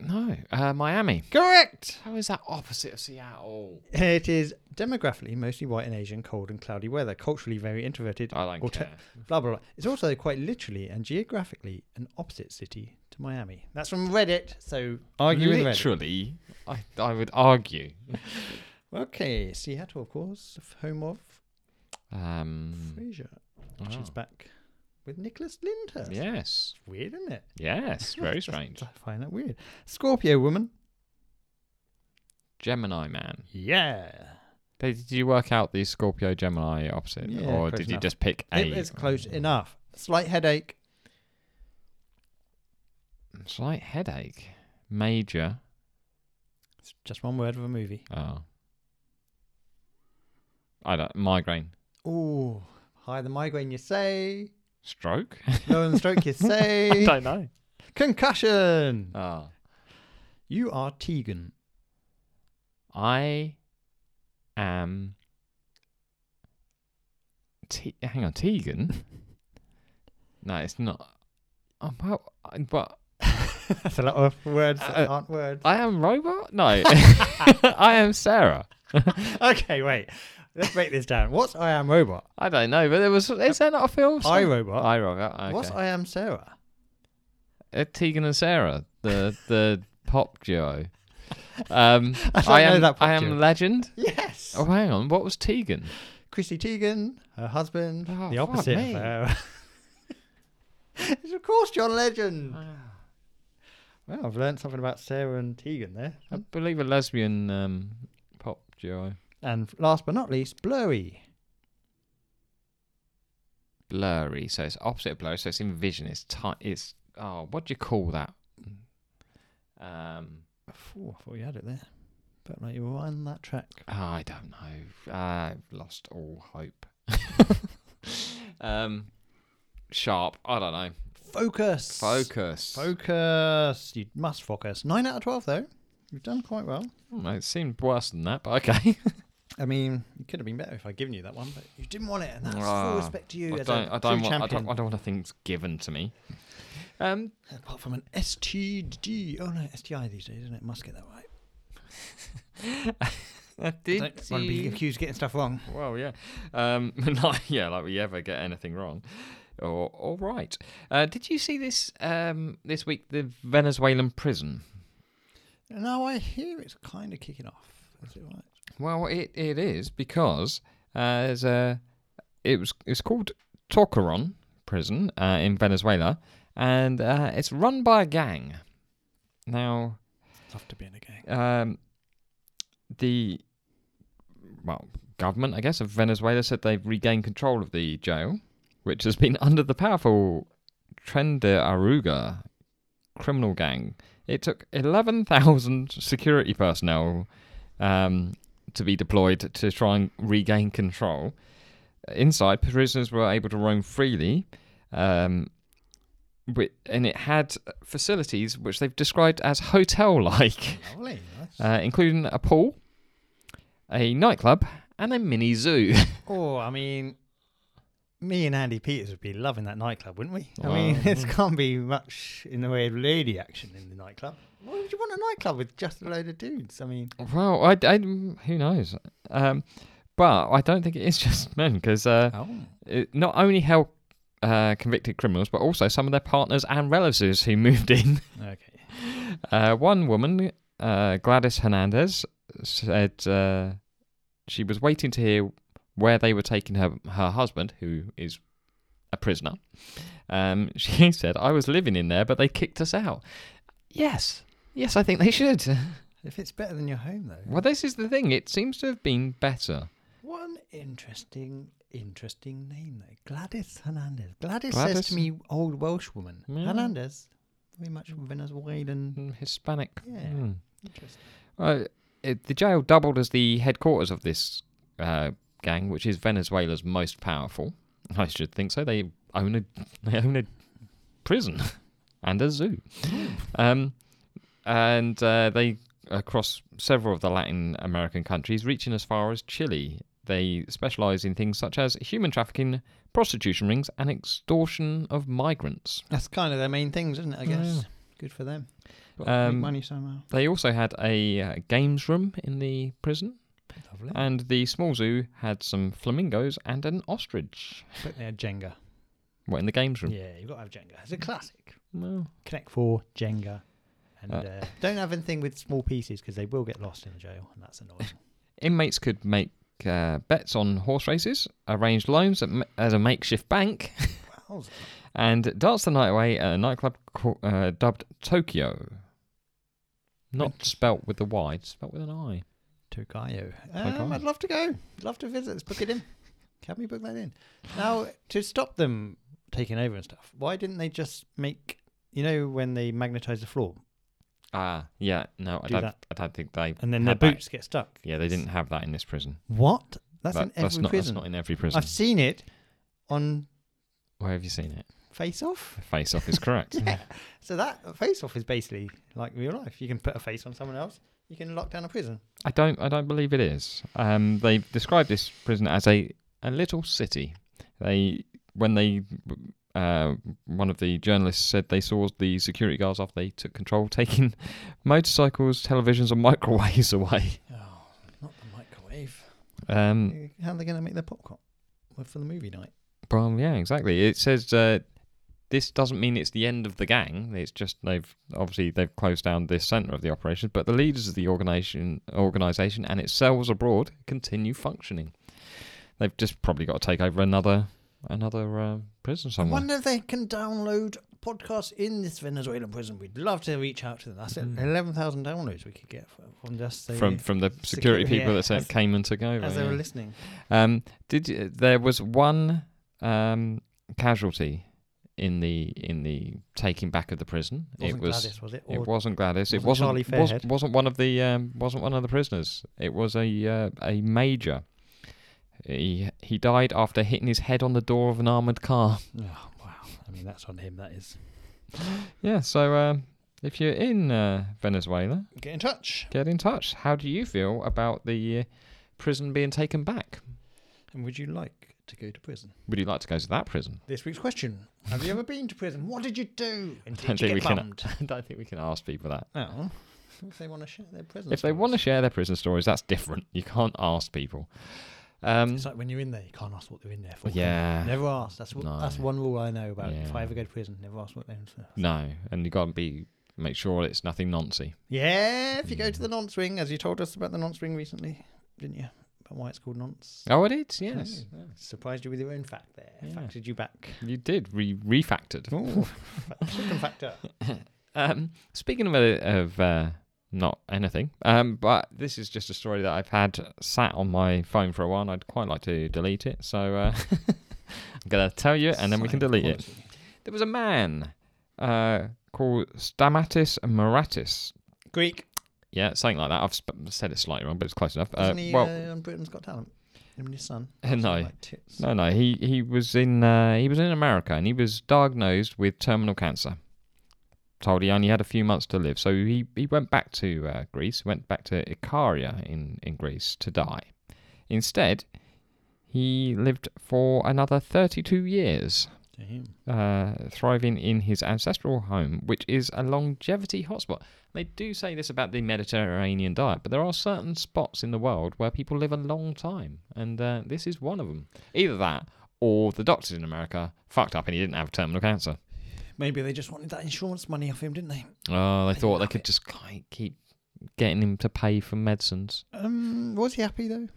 Speaker 2: No, uh, Miami.
Speaker 1: Correct.
Speaker 2: How is that opposite of Seattle?
Speaker 1: It is demographically mostly white and Asian, cold and cloudy weather, culturally very introverted.
Speaker 2: I don't
Speaker 1: Or
Speaker 2: care.
Speaker 1: Blah blah blah. It's also quite literally and geographically an opposite city to Miami. That's from Reddit. So
Speaker 2: Argue
Speaker 1: literally.
Speaker 2: literally. I, I would argue.
Speaker 1: Okay, Seattle, of course, f- home of
Speaker 2: Um,
Speaker 1: Frasier, which is
Speaker 2: oh.
Speaker 1: back with Nicholas Lyndhurst.
Speaker 2: Yes.
Speaker 1: It's weird, isn't it?
Speaker 2: Yes. Very
Speaker 1: (laughs)
Speaker 2: strange.
Speaker 1: I find that weird. Scorpio woman.
Speaker 2: Gemini man.
Speaker 1: Yeah.
Speaker 2: They, did you work out the Scorpio Gemini opposite,
Speaker 1: Yeah,
Speaker 2: or
Speaker 1: close
Speaker 2: did you
Speaker 1: enough.
Speaker 2: just pick a?
Speaker 1: It is close enough. Slight headache.
Speaker 2: Mm, Slight headache. Major.
Speaker 1: It's just one word of a movie.
Speaker 2: Oh. I don't. Migraine.
Speaker 1: Ooh, higher the migraine you say,
Speaker 2: Stroke.
Speaker 1: (laughs) lower than stroke
Speaker 2: (laughs)
Speaker 1: you say.
Speaker 2: don't know.
Speaker 1: Concussion.
Speaker 2: Oh.
Speaker 1: You are Tegan.
Speaker 2: I am. Te- hang on, Tegan. no, it's not. Oh, well, I- but
Speaker 1: That's a lot of words
Speaker 2: Uh,
Speaker 1: that aren't words.
Speaker 2: I am
Speaker 1: (laughs)
Speaker 2: robot. No, (laughs) I am Sarah.
Speaker 1: okay, wait. Let's break this down. What's I Am Robot?
Speaker 2: I don't know, but there was. Is there not a film?
Speaker 1: I
Speaker 2: some-
Speaker 1: Robot.
Speaker 2: I robot. Okay.
Speaker 1: Oh. What's I Am Sarah?
Speaker 2: Uh, Tegan and Sarah,
Speaker 1: (laughs)
Speaker 2: the the pop duo. Um,
Speaker 1: I don't
Speaker 2: I
Speaker 1: know
Speaker 2: am.
Speaker 1: that pop
Speaker 2: I am
Speaker 1: duo.
Speaker 2: legend.
Speaker 1: Yes.
Speaker 2: Oh, hang on. What was Tegan?
Speaker 1: Chrissy Teigen, her husband,
Speaker 2: Oh,
Speaker 1: the
Speaker 2: fuck
Speaker 1: opposite
Speaker 2: me.
Speaker 1: of her. (laughs) it's of course John Legend. Well, I've learned something about Sarah and Tegan there.
Speaker 2: I believe a lesbian um, pop duo.
Speaker 1: And last but not least, Blurry.
Speaker 2: Blurry, so it's opposite of blurry, so it's in vision. It's tight. It's oh, what do you call that? Um,
Speaker 1: Oh, I thought you had it there. But like you were on that track.
Speaker 2: ah, I don't know. Ah, I've lost all hope. (laughs) um, sharp. I don't know.
Speaker 1: Focus.
Speaker 2: Focus.
Speaker 1: Focus. You must focus. Nine out of twelve though. You've done quite well.
Speaker 2: Hmm, it seemed worse than that,
Speaker 1: (laughs)
Speaker 2: but okay.
Speaker 1: I mean, it could have been better if I'd given you that one, but you didn't want it, and that's
Speaker 2: Ah,
Speaker 1: full respect to you
Speaker 2: I
Speaker 1: as
Speaker 2: don't.
Speaker 1: a true
Speaker 2: I don't, want, I
Speaker 1: champion.
Speaker 2: don't. I don't want things given to me.
Speaker 1: (laughs)
Speaker 2: Um,
Speaker 1: Apart from an STD. Oh no, STI these days, isn't it? Must get that right.
Speaker 2: did
Speaker 1: don't want to be accused of getting stuff wrong.
Speaker 2: Well, yeah. Um, (laughs) not, yeah, like we ever get anything wrong or or right. Uh, did you see this um, this week? The Venezuelan prison.
Speaker 1: No, I hear it's kind of kicking off. Is it right?
Speaker 2: Well, it, it is because uh, there's a it was it's called Tocaron prison uh, in Venezuela, and uh, it's run by a gang. Now,
Speaker 1: Love to be in a gang.
Speaker 2: um, the well government, I guess, of Venezuela said they've regained control of the jail, which has been (laughs) under the powerful Tren de Aruga criminal gang. It took eleven thousand security personnel um, to be deployed to try and regain control. Inside, prisoners were able to roam freely. Um, wi- and it had facilities which they've described as hotel (laughs) like
Speaker 1: Lovely. Nice.
Speaker 2: uh, including a pool, a nightclub, and a mini zoo.
Speaker 1: oh, I mean, me and Andy Peters would be loving that nightclub, wouldn't we? I
Speaker 2: Wow.
Speaker 1: mean, it can't be much in the way of lady action in the nightclub. Why would you want a nightclub with just a load of dudes? I mean,
Speaker 2: well, I, I- who knows? Um, but I don't think it is (laughs) just men because uh,
Speaker 1: oh.
Speaker 2: it not only held uh, convicted criminals, but also some of their partners and relatives who moved in.
Speaker 1: okay.
Speaker 2: Uh, one woman, uh, Gladys Hernandez, said uh, she was waiting to hear where they were taking her her husband, who is a prisoner. Um, (laughs) she said, "I was living in there, but they kicked us out." Yes, yes, I think they should. (laughs)
Speaker 1: If it's better than your home, though.
Speaker 2: Well, this is the thing. It seems to have been better.
Speaker 1: What an interesting, interesting name, though. Gladys Hernandez. Gladys, says
Speaker 2: Gladys-
Speaker 1: to me, old Welsh woman.
Speaker 2: Yeah.
Speaker 1: Hernandez, very much Venezuelan.
Speaker 2: Mm, Hispanic.
Speaker 1: Yeah.
Speaker 2: Hmm.
Speaker 1: Interesting.
Speaker 2: Uh, it, the jail doubled as the headquarters of this uh, gang, which is Venezuela's most powerful. (laughs) I should think so. (laughs) They (laughs)
Speaker 1: Hmm.
Speaker 2: own a they own a prison and a zoo. Um, and uh, they across several of the Latin American countries, reaching as far as Chile. They specialize in things such as human trafficking, prostitution rings, and extortion of migrants.
Speaker 1: That's kind of their main things, isn't it? I guess.
Speaker 2: Oh, Yeah.
Speaker 1: Good for them. Got to make
Speaker 2: Um,
Speaker 1: money somehow.
Speaker 2: They also had a uh, games room in the prison,
Speaker 1: Lovely.
Speaker 2: and the small zoo had some flamingos and an ostrich.
Speaker 1: But they had Jenga.
Speaker 2: Well, in the games room.
Speaker 1: Yeah, you've got to have Jenga. It's a classic.
Speaker 2: Well,
Speaker 1: Connect Four, Jenga. And
Speaker 2: Uh,
Speaker 1: uh, don't have anything with small pieces because they will get lost in jail, and that's
Speaker 2: (laughs)
Speaker 1: annoying.
Speaker 2: Inmates could make uh, bets on horse races, arrange loans at, ma- at a makeshift bank, (laughs)
Speaker 1: Wowzers.
Speaker 2: and dance the night away at a nightclub co- uh, dubbed Tokyo. Not spelt with the Y, it's spelt with an I.
Speaker 1: Tokayo.
Speaker 2: Tokayo.
Speaker 1: Um, I'd love to go. Love to visit. Let's book it in. Can we book that in? Now, to stop them taking over and stuff, why didn't they just make, you know, when they magnetize the floor
Speaker 2: Ah, yeah, no, I
Speaker 1: Do
Speaker 2: don't,
Speaker 1: that.
Speaker 2: I don't think they.
Speaker 1: and then
Speaker 2: had
Speaker 1: their
Speaker 2: that.
Speaker 1: boots get stuck?
Speaker 2: Yeah, they didn't have that in this prison.
Speaker 1: What? That's
Speaker 2: That-
Speaker 1: in every
Speaker 2: not,
Speaker 1: prison.
Speaker 2: That's not in every prison.
Speaker 1: I've seen it on
Speaker 2: Where have you seen it?
Speaker 1: Face Off.
Speaker 2: Face Off is
Speaker 1: (laughs)
Speaker 2: correct.
Speaker 1: So that face off is basically like real life. You can put a face on someone else. You can lock down a prison.
Speaker 2: I don't. I don't believe it is. Um, they described this prison as a a little city. They when they uh, one of the journalists said they saw the security guards after they took control, (laughs) taking motorcycles, televisions, and microwaves (laughs) away.
Speaker 1: Oh, not the microwave.
Speaker 2: Um,
Speaker 1: How are they going to make their popcorn Well, for the movie night?
Speaker 2: well, yeah, exactly. It says uh, this doesn't mean it's the end of the gang. It's just they've obviously they've closed down this center of the operation, but the leaders of the organization organization and its cells abroad continue functioning. They've just probably got to take over another another uh, prison
Speaker 1: I
Speaker 2: somewhere.
Speaker 1: wonder if they can download podcasts in this Venezuelan prison. We'd love to reach out to them. That's it.
Speaker 2: Mm.
Speaker 1: eleven thousand downloads we could get from, from just the,
Speaker 2: From from the
Speaker 1: Security,
Speaker 2: security people
Speaker 1: yeah,
Speaker 2: that said
Speaker 1: as-
Speaker 2: came and took over.
Speaker 1: as they were
Speaker 2: yeah.
Speaker 1: listening.
Speaker 2: Um, did you, there was one um, casualty in the in the taking back of the prison?
Speaker 1: Wasn't
Speaker 2: it was
Speaker 1: Gladys, was it?
Speaker 2: It
Speaker 1: Or
Speaker 2: wasn't Gladys. it
Speaker 1: wasn't
Speaker 2: wasn't
Speaker 1: Charlie
Speaker 2: was,
Speaker 1: Fairhead.
Speaker 2: wasn't one of the um, wasn't one of the prisoners. It was a uh, a major. He he died after hitting his head on the door of an armored car.
Speaker 1: Oh, wow. I mean, that's on him. That is.
Speaker 2: (laughs) Yeah. So um, if you're in uh, Venezuela,
Speaker 1: Get in touch,
Speaker 2: get in touch. How do you feel about the uh, prison being taken back?
Speaker 1: and would you like to go to prison?
Speaker 2: Would you like to go to that prison?
Speaker 1: This week's question: Have you ever been to prison? What did you
Speaker 2: (laughs)
Speaker 1: do? And
Speaker 2: don't
Speaker 1: did you
Speaker 2: think we
Speaker 1: get
Speaker 2: can-
Speaker 1: bummed?
Speaker 2: (laughs) I don't think we can ask people (laughs) that.
Speaker 1: Oh, if they want to share their prison.
Speaker 2: If they want to share their prison stories, that's different. You can't ask people. Um,
Speaker 1: it's like when you're in there, you can't ask what they're in there for. can you?
Speaker 2: yeah.
Speaker 1: Never ask. That's what,
Speaker 2: No.
Speaker 1: that's one rule I know about. If
Speaker 2: Yeah.
Speaker 1: I ever go to prison, never ask what they're in for.
Speaker 2: No, and you got to be make sure it's nothing noncy.
Speaker 1: Yeah, if you go to the nonce ring, as you told us about the nonce ring recently, didn't you? About why it's called nonce.
Speaker 2: Oh, it is. Yes,
Speaker 1: Surprised you with your own fact there.
Speaker 2: Yeah.
Speaker 1: Factored you back.
Speaker 2: you did re-
Speaker 1: (laughs)
Speaker 2: refactored.
Speaker 1: Oh,
Speaker 2: (laughs)
Speaker 1: factor.
Speaker 2: Um, speaking of uh, of uh, not anything, um, but this is just a story that I've had sat on my phone for a while. and I'd quite like to delete it,
Speaker 1: (laughs)
Speaker 2: so uh, I'm gonna tell you, and then we can delete it. There was a man uh, called Stamatis Moratis.
Speaker 1: Greek.
Speaker 2: Yeah, something like that. I've sp- said it slightly wrong, but it's close enough. Uh,
Speaker 1: Isn't he
Speaker 2: well,
Speaker 1: uh, on Britain's Got Talent? Him and his son.
Speaker 2: Uh, (laughs) no.
Speaker 1: Like tits.
Speaker 2: No, no. He he was in uh, he was in America and he was diagnosed with terminal cancer. Told he only had a few months to live, so he he went back to uh, Greece, went back to Ikaria in in Greece to die. Instead, he lived for another thirty two years.
Speaker 1: Damn.
Speaker 2: Uh, thriving in his ancestral home, which is a longevity hotspot. They do say this about the Mediterranean diet, but there are certain spots in the world where people live a long time, and uh, this is one of them. Either that, or the doctors in America fucked up and he didn't have terminal cancer.
Speaker 1: Maybe they just wanted that insurance money off him, didn't they?
Speaker 2: Oh, they
Speaker 1: I
Speaker 2: thought they
Speaker 1: love
Speaker 2: could
Speaker 1: it.
Speaker 2: just like, keep getting him to pay for medicines.
Speaker 1: Um, was he happy though?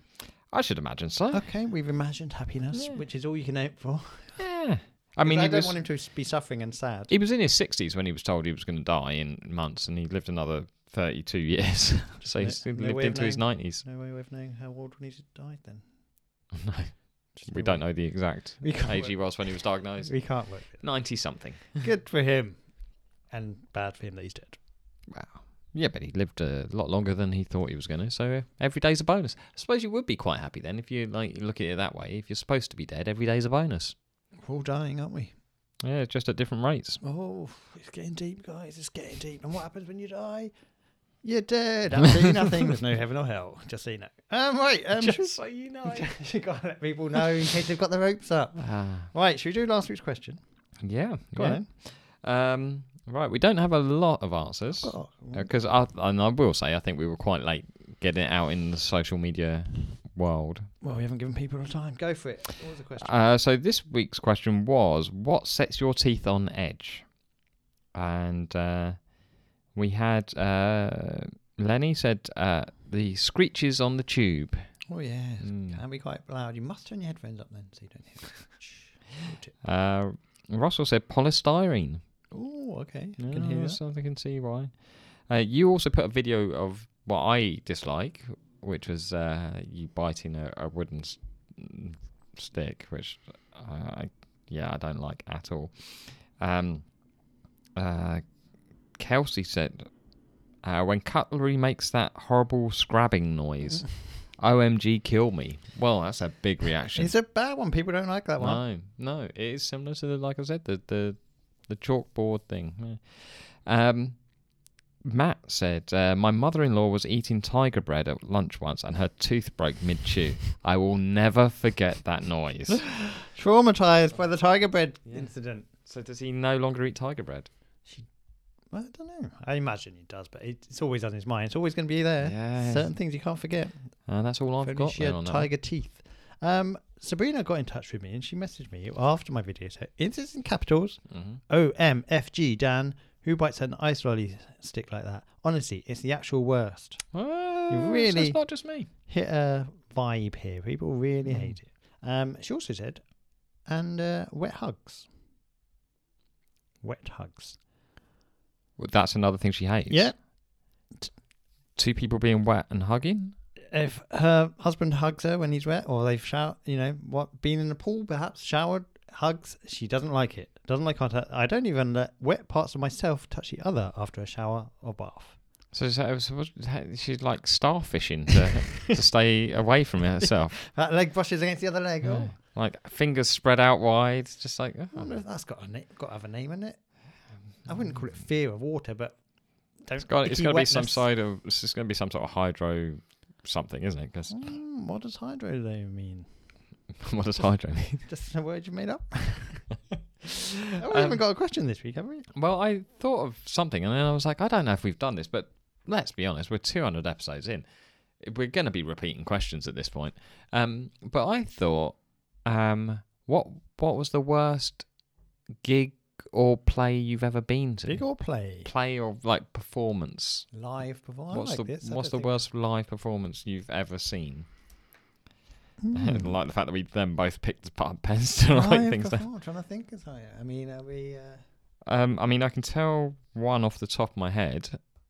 Speaker 2: I should imagine so.
Speaker 1: Okay, we've imagined happiness,
Speaker 2: Yeah.
Speaker 1: which is all you can hope for.
Speaker 2: Yeah. I mean,
Speaker 1: I
Speaker 2: he
Speaker 1: don't
Speaker 2: was,
Speaker 1: want him to be suffering and sad.
Speaker 2: he was in his 60s when he was told he was going to die in months, and he lived another 32 years. (laughs) so
Speaker 1: No-
Speaker 2: he's
Speaker 1: no
Speaker 2: lived
Speaker 1: way of
Speaker 2: into his 90s.
Speaker 1: No way of knowing how old when he died then.
Speaker 2: (laughs) No,
Speaker 1: Just
Speaker 2: we
Speaker 1: no
Speaker 2: don't
Speaker 1: way.
Speaker 2: know the exact
Speaker 1: We can't
Speaker 2: age
Speaker 1: work-
Speaker 2: he was when he was diagnosed. (laughs)
Speaker 1: We can't work.
Speaker 2: 90 something.
Speaker 1: It. Good for him, and bad for him that he's dead.
Speaker 2: Wow. Yeah, but he lived a lot longer than he thought he was going to, so uh, every day's a bonus. I suppose you would be quite happy then if you like look at it that way. If you're supposed to be dead, every day's a bonus.
Speaker 1: We're all dying, aren't we?
Speaker 2: Yeah, just at different rates.
Speaker 1: Oh, it's getting deep, guys. It's getting deep. And what happens when you die? You're dead. (laughs) Absolutely nothing. There's no heaven or hell. Just so you know. Um, right. Um,
Speaker 2: (laughs) Just so
Speaker 1: (laughs)
Speaker 2: you know.
Speaker 1: you gotta let people know in case they've got their hopes up.
Speaker 2: Ah,
Speaker 1: Right. Should we do last week's question?
Speaker 2: yeah.
Speaker 1: Go
Speaker 2: yeah.
Speaker 1: on.
Speaker 2: Um, right, we don't have a lot of answers
Speaker 1: Then.
Speaker 2: because I and I will say I think we were quite late getting it out in the social media world.
Speaker 1: Well, we haven't given people a time. Go for it. What was the question?
Speaker 2: Uh, so this week's question was, what sets your teeth on edge? And uh, we had uh, Lenny said uh, the screeches on the tube.
Speaker 1: oh yes.
Speaker 2: Mm.
Speaker 1: Can be quite loud. You must turn your headphones up then, so you don't hear. it. Shh.
Speaker 2: Uh, Russell said polystyrene.
Speaker 1: oh, okay. I
Speaker 2: Yeah,
Speaker 1: can hear that.
Speaker 2: so I can see why. Uh, you also put a video of what I dislike, which was uh, you biting a, a wooden s- mm, stick, which I, I yeah I don't like at all. Um, uh, Kelsey said, uh, "When cutlery makes that horrible
Speaker 1: (laughs)
Speaker 2: scrabbing noise, OMG, kill me." Well, that's a big reaction.
Speaker 1: It's a bad one. People don't like that one.
Speaker 2: No, no, it is similar to the like I said the the, the chalkboard thing. Yeah. Um, Matt said uh, my mother-in-law was eating tiger bread at lunch once, and her tooth broke mid-chew. I will never forget that (laughs) noise.
Speaker 1: Traumatized by the tiger bread
Speaker 2: Yeah.
Speaker 1: incident.
Speaker 2: so does he no longer eat tiger bread?
Speaker 1: Well, I don't know. I imagine he does, but it- it's always on his mind. It's always going to be there.
Speaker 2: Yes.
Speaker 1: Certain things you can't forget.
Speaker 2: And Uh, that's all
Speaker 1: If
Speaker 2: I've
Speaker 1: only
Speaker 2: got
Speaker 1: she
Speaker 2: then
Speaker 1: had
Speaker 2: on that. one.
Speaker 1: tiger teeth. Um, Sabrina got in touch with me and she messaged me after my video. So, is this in capitals?
Speaker 2: Mhm.
Speaker 1: OMFG, Dan. Who bites an ice lolly stick like that? Honestly, it's the actual worst.
Speaker 2: Ah, so
Speaker 1: really-
Speaker 2: it's not just me.
Speaker 1: Hit a vibe here. People really
Speaker 2: Mm.
Speaker 1: hate it. Um, she also said, and uh, wet hugs. Wet hugs.
Speaker 2: Well, that's another thing she hates.
Speaker 1: Yeah.
Speaker 2: Two people being wet and hugging.
Speaker 1: If her husband hugs her when he's wet, or they've shower, you know, what been in the pool, perhaps showered, hugs, she doesn't like it. Doesn't like contact. I don't even let wet parts of myself touch the other after a shower or bath.
Speaker 2: So, so, so she's like starfishing (laughs) to, to stay away from herself.
Speaker 1: That leg brushes against the other leg.
Speaker 2: Yeah.
Speaker 1: Oh,
Speaker 2: Like fingers spread out wide, just like oh.
Speaker 1: I wonder if that's got a name. Got to have a name in it. I wouldn't call it fear of water, but don't.
Speaker 2: it's got it's
Speaker 1: icky
Speaker 2: going to be some
Speaker 1: wetness.
Speaker 2: side of it's just going to be some sort of hydro something, isn't it? 'Cause
Speaker 1: Mm, what does hydro though mean? (laughs)
Speaker 2: (laughs) what does hydro mean?
Speaker 1: Just a word you made
Speaker 2: (laughs)
Speaker 1: up. (laughs) oh, we
Speaker 2: Um,
Speaker 1: haven't got a question this week, have we?
Speaker 2: Well, I thought of something, and then I was like, I don't know if we've done this, but let's be honest, we're 200 episodes in. We're going to be repeating questions at this point. Um, but I thought, um, what what was the worst gig or play you've ever been to?
Speaker 1: Big or play?
Speaker 2: play or like performance
Speaker 1: Live performance.
Speaker 2: What's
Speaker 1: like
Speaker 2: the
Speaker 1: this. I
Speaker 2: What's the
Speaker 1: don't think-
Speaker 2: worst live performance you've ever seen? (laughs)
Speaker 1: (laughs) Hmm.
Speaker 2: like the fact that we then both picked p- (laughs) pens to write
Speaker 1: Live
Speaker 2: things down.
Speaker 1: perform- I'm trying to think as higher. I mean, are we? Uh,
Speaker 2: Um, I mean, I can tell one off the top of my head.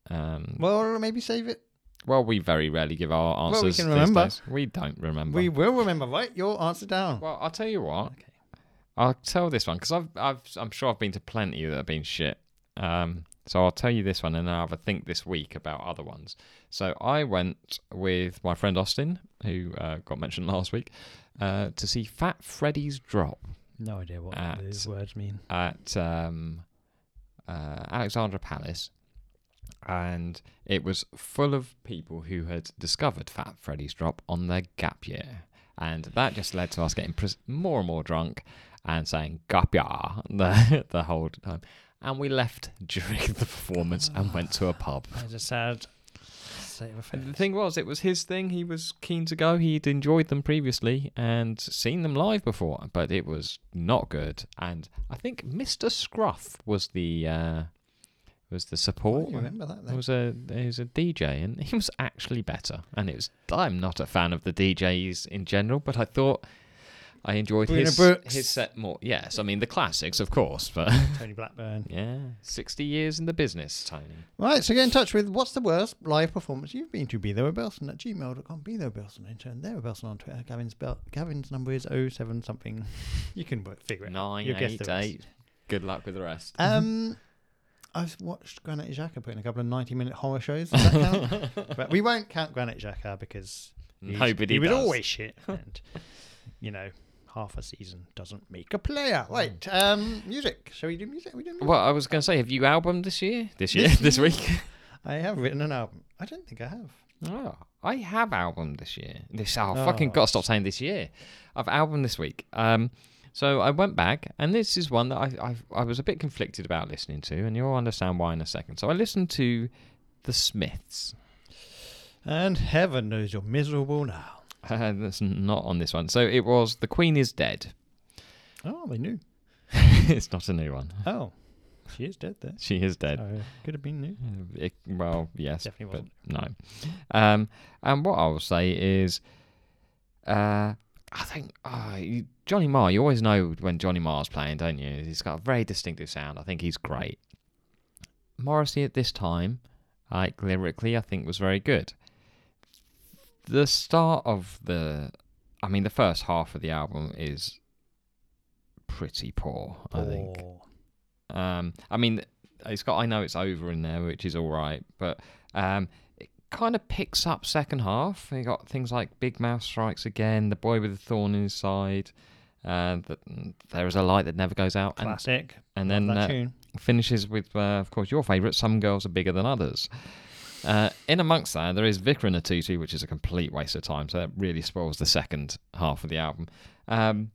Speaker 2: Um, well,
Speaker 1: well, maybe save it.
Speaker 2: we very rarely give our
Speaker 1: we
Speaker 2: answers.
Speaker 1: can
Speaker 2: these
Speaker 1: remember.
Speaker 2: days. We don't remember.
Speaker 1: We will remember, right? Your answer down.
Speaker 2: Well, I'll tell you what.
Speaker 1: Okay.
Speaker 2: I'll tell this one because I've, I've, I'm sure I've been to plenty that have been shit. Um, so I'll tell you this one, and then I'll have a think this week about other ones. So I went with my friend Austin, who uh, got mentioned (laughs) last week, uh, to see Fat Freddy's Drop
Speaker 1: No idea what
Speaker 2: At-
Speaker 1: these words mean.
Speaker 2: at um, uh, Alexandra Palace, and it was full of people who had discovered Fat Freddy's Drop on their gap year, and that just led to us getting pres- more and more drunk and saying "gap year" (laughs) the, the whole time. And we left during the performance and went to a pub.
Speaker 1: That's a sad state of
Speaker 2: And the
Speaker 1: affairs.
Speaker 2: thing was, it was his thing. He was keen to go. He'd enjoyed them previously and seen them live before, but it was not good. And I think Mr. Scruff was the uh, was the
Speaker 1: Oh,
Speaker 2: support.
Speaker 1: you remember that?
Speaker 2: There
Speaker 1: Then.
Speaker 2: was a there was a DJ, and he was actually better. And it was I'm not a fan of the DJs in general, but I thought I enjoyed
Speaker 1: Bruno
Speaker 2: his
Speaker 1: Brooks.
Speaker 2: his set more. Yes, I mean the classics, of course, but (laughs)
Speaker 1: Tony Blackburn.
Speaker 2: yeah, sixty years in the business, Tony.
Speaker 1: Right, so get in touch with what's the worst live performance you've been to? Be there with Belson at gmail.com. Be there with Belson in turn. There with Belson on Twitter. Gavin's, bel- Gavin's number is 07 something. (laughs) You can work, figure it out.
Speaker 2: Nine,
Speaker 1: You'll guess
Speaker 2: eight,
Speaker 1: the rest.
Speaker 2: eight. Good luck with the rest.
Speaker 1: Um, I've watched Granite Xhaka put in a couple of 90 minute horror shows. Does that
Speaker 2: (laughs)
Speaker 1: count? but we won't count Granite Xhaka because he's-
Speaker 2: Nobody
Speaker 1: he was
Speaker 2: (laughs) does.
Speaker 1: always shit. And, you know, half a season doesn't make a player. Right, um, music. Shall we do music? Are we doing music?
Speaker 2: Mm. Well, I was going to say, have you albumed this year? This year? (laughs) this week?
Speaker 1: I have written an album. I don't think I have.
Speaker 2: Oh, I have albumed this year. This oh,
Speaker 1: Oh.
Speaker 2: fucking got to stop saying this year. I've albumed this week. Um, so I went back, and this is one that I I've, I was a bit conflicted about listening to, and you'll understand why in a second. So I listened to the Smiths. (laughs)
Speaker 1: And heaven knows you're miserable now.
Speaker 2: Uh, that's not on this one. So it was "The Queen Is Dead." (laughs)
Speaker 1: Oh, they knew.
Speaker 2: it's not a new one.
Speaker 1: Oh, she is dead there.
Speaker 2: She is dead.
Speaker 1: So, could have been new.
Speaker 2: Uh, It, well, yes,
Speaker 1: Definitely
Speaker 2: but no. Um, and what I will say is, uh, I think oh, you, Johnny Marr. You always know when Johnny Marr's playing, don't you? He's got a very distinctive sound. I think he's great. Morrissey at this time, like lyrically, I think was very good. The start of the, I mean, the first half of the album is pretty poor. I think.
Speaker 1: Or-
Speaker 2: Um, I mean, it's got I know it's over in there, which is all right, but um, it kind of picks up second half. You got things like Big Mouth Strikes Again, The Boy with the Thorn in His Side, uh, the, There Is a Light That Never Goes Out, and,
Speaker 1: Classic.
Speaker 2: and then
Speaker 1: that
Speaker 2: uh,
Speaker 1: tune.
Speaker 2: finishes with, uh, of course, your favourite, Some Girls Are Bigger Than Others. Uh, in amongst that, there is Vicar and a Tutu, which is a complete waste of time, so that really spoils the second half of the album. Um,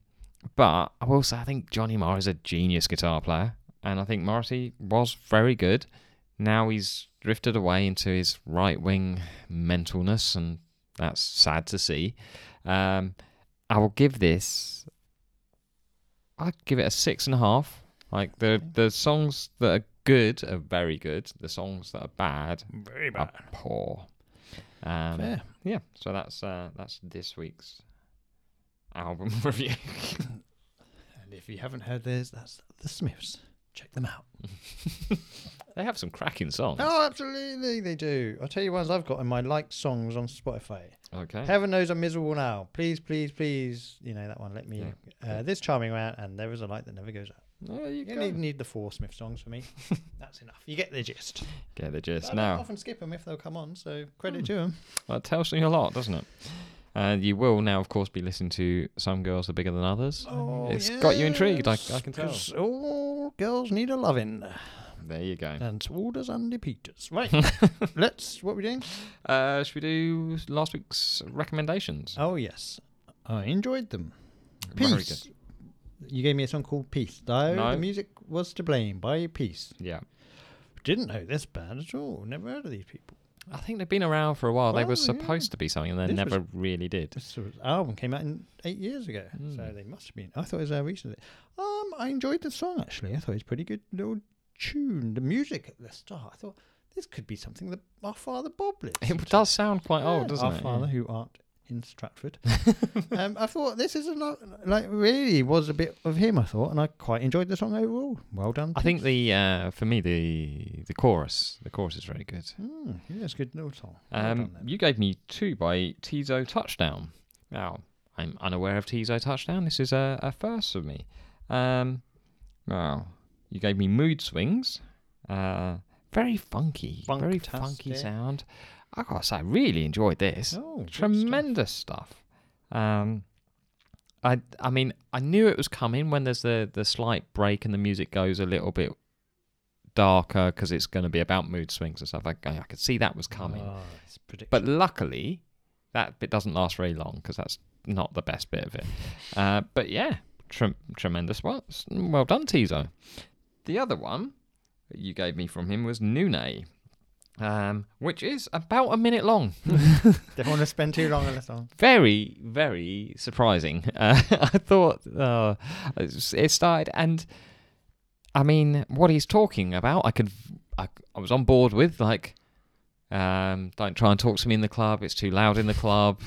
Speaker 2: but I will say, I think Johnny Marr is a genius guitar player, and I think Morrissey was very good. Now he's drifted away into his right wing mentalness, and that's sad to see. Um, I will give this. I'd give it a six and a half. Like the the songs that are good are very good. The songs that are bad
Speaker 1: Very
Speaker 2: are
Speaker 1: bad.
Speaker 2: poor. Um,
Speaker 1: Fair.
Speaker 2: Yeah. So that's uh, that's this week's album (laughs) review.
Speaker 1: And if you haven't heard this, that's The Smiths. Check them out.
Speaker 2: they have some cracking songs.
Speaker 1: Oh, absolutely, they do. I'll tell you ones I've got in my liked songs on Spotify.
Speaker 2: Okay.
Speaker 1: Heaven knows I'm miserable now. Please, please, please. You know that one. Let me.
Speaker 2: Yeah.
Speaker 1: Uh, this charming man, and there is a light that never goes out.
Speaker 2: There you
Speaker 1: You
Speaker 2: go.
Speaker 1: don't need, need the four Smith songs for me. That's enough. You get the gist.
Speaker 2: Get the gist.
Speaker 1: I don't
Speaker 2: Now
Speaker 1: often skip them if they'll come on, so credit
Speaker 2: Hmm.
Speaker 1: to 'em.
Speaker 2: that tells you a lot, doesn't it? And you will now, of course, be listening to some girls are bigger than others.
Speaker 1: to them.
Speaker 2: It's got you intrigued, I- I can tell.
Speaker 1: Oh, All girls need a loving,
Speaker 2: There you go.
Speaker 1: and so does Andy Peters. Right, let's. What are we doing?
Speaker 2: Uh, should we do last week's recommendations?
Speaker 1: Oh yes, I enjoyed them.
Speaker 2: Very good.
Speaker 1: Peace. You gave me a song called Peace. Though
Speaker 2: No.
Speaker 1: the music was to blame by Peace.
Speaker 2: Yeah.
Speaker 1: Didn't know this band at all. Never heard of these people.
Speaker 2: I think they've been around for a while. they
Speaker 1: Well,
Speaker 2: were supposed
Speaker 1: yeah.
Speaker 2: to be something and they
Speaker 1: This was-
Speaker 2: never really did.
Speaker 1: This sort of album came out in eight years ago, so
Speaker 2: Mm.
Speaker 1: they must have been. I thought it was uh, recently. Um, I enjoyed the song actually. I thought it was a pretty good little tune. The music at the start, I thought this could be something that our father Bob listened to.
Speaker 2: It does sound quite
Speaker 1: Yeah,
Speaker 2: old, doesn't
Speaker 1: our
Speaker 2: it?
Speaker 1: father, who aren't in
Speaker 2: (laughs)
Speaker 1: Stratford. um, I thought this is a lot, like really was a bit of him. I thought, and I quite enjoyed the song overall. Well done.
Speaker 2: I
Speaker 1: Pete.
Speaker 2: think the uh, for me the the chorus the chorus is very good.
Speaker 1: Mm, yeah, it's a good little song. Well
Speaker 2: Um,
Speaker 1: done then.
Speaker 2: you gave me two by Tizo Touchdown. Now I'm unaware of Tizo Touchdown. This is a, a first for me. Um, now you gave me Mood Swings. Uh, very funky, very funky
Speaker 1: Funktastic.
Speaker 2: sound. I gotta say, I really enjoyed this.
Speaker 1: Oh, good stuff.
Speaker 2: tremendous stuff. Um, I I mean I knew it was coming when there's the the slight break and the music goes a little bit darker because it's going to be about mood swings and stuff. I I could see that was coming,
Speaker 1: Ah, it's predict-
Speaker 2: but luckily that bit doesn't last very long because that's not the best bit of (laughs) it. Uh, but yeah, trem tremendous. Well, well done, Tizo. The other one that you gave me from him was Nune. Um, which is about a minute long.
Speaker 1: Don't want to spend too long on the
Speaker 2: (laughs)
Speaker 1: song.
Speaker 2: very very surprising (laughs) uh, i thought uh, it started and i mean what he's talking about i could i, I was on board with like um, don't try and talk to me in the club it's too loud in the club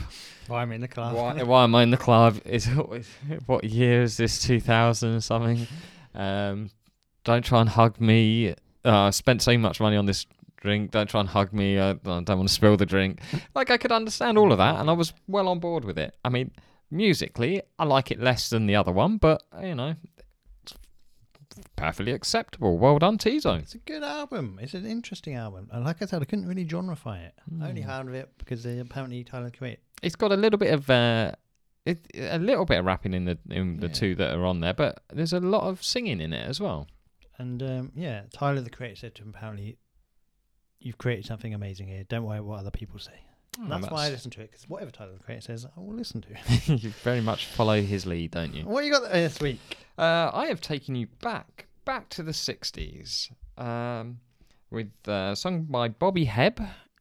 Speaker 1: Why I'm in the class.
Speaker 2: why, why am i in the club is (laughs) what year is this 2000 or something um, don't try and hug me uh, i spent so much money on this drink don't try and hug me i, I don't want to spill the drink like i could understand all of that and i was well on board with it i mean musically i like it less than the other one but uh, you know it's perfectly acceptable well done t-zone
Speaker 1: (laughs) It's a good album. It's an interesting album. And like I said, I couldn't really
Speaker 2: Hmm.
Speaker 1: genreify it. I only heard of it because they apparently Tyler created.
Speaker 2: it's got a little bit of uh, it, a little bit of rapping in the in the
Speaker 1: Yeah.
Speaker 2: two that are on there, but there's a lot of singing in it as well.
Speaker 1: And um, yeah, Tyler the creator said to him, apparently, you've created something amazing here. Don't worry what other people say.
Speaker 2: Oh,
Speaker 1: And Hmm. that's,
Speaker 2: (laughs)
Speaker 1: why I listen to it because whatever Tyler the creator says, I will listen to. (laughs)
Speaker 2: you very much follow his lead, don't you?
Speaker 1: What you got this week?
Speaker 2: Uh, I have taken you back, back to the 60s, um, with uh, sung by Bobby Hebb,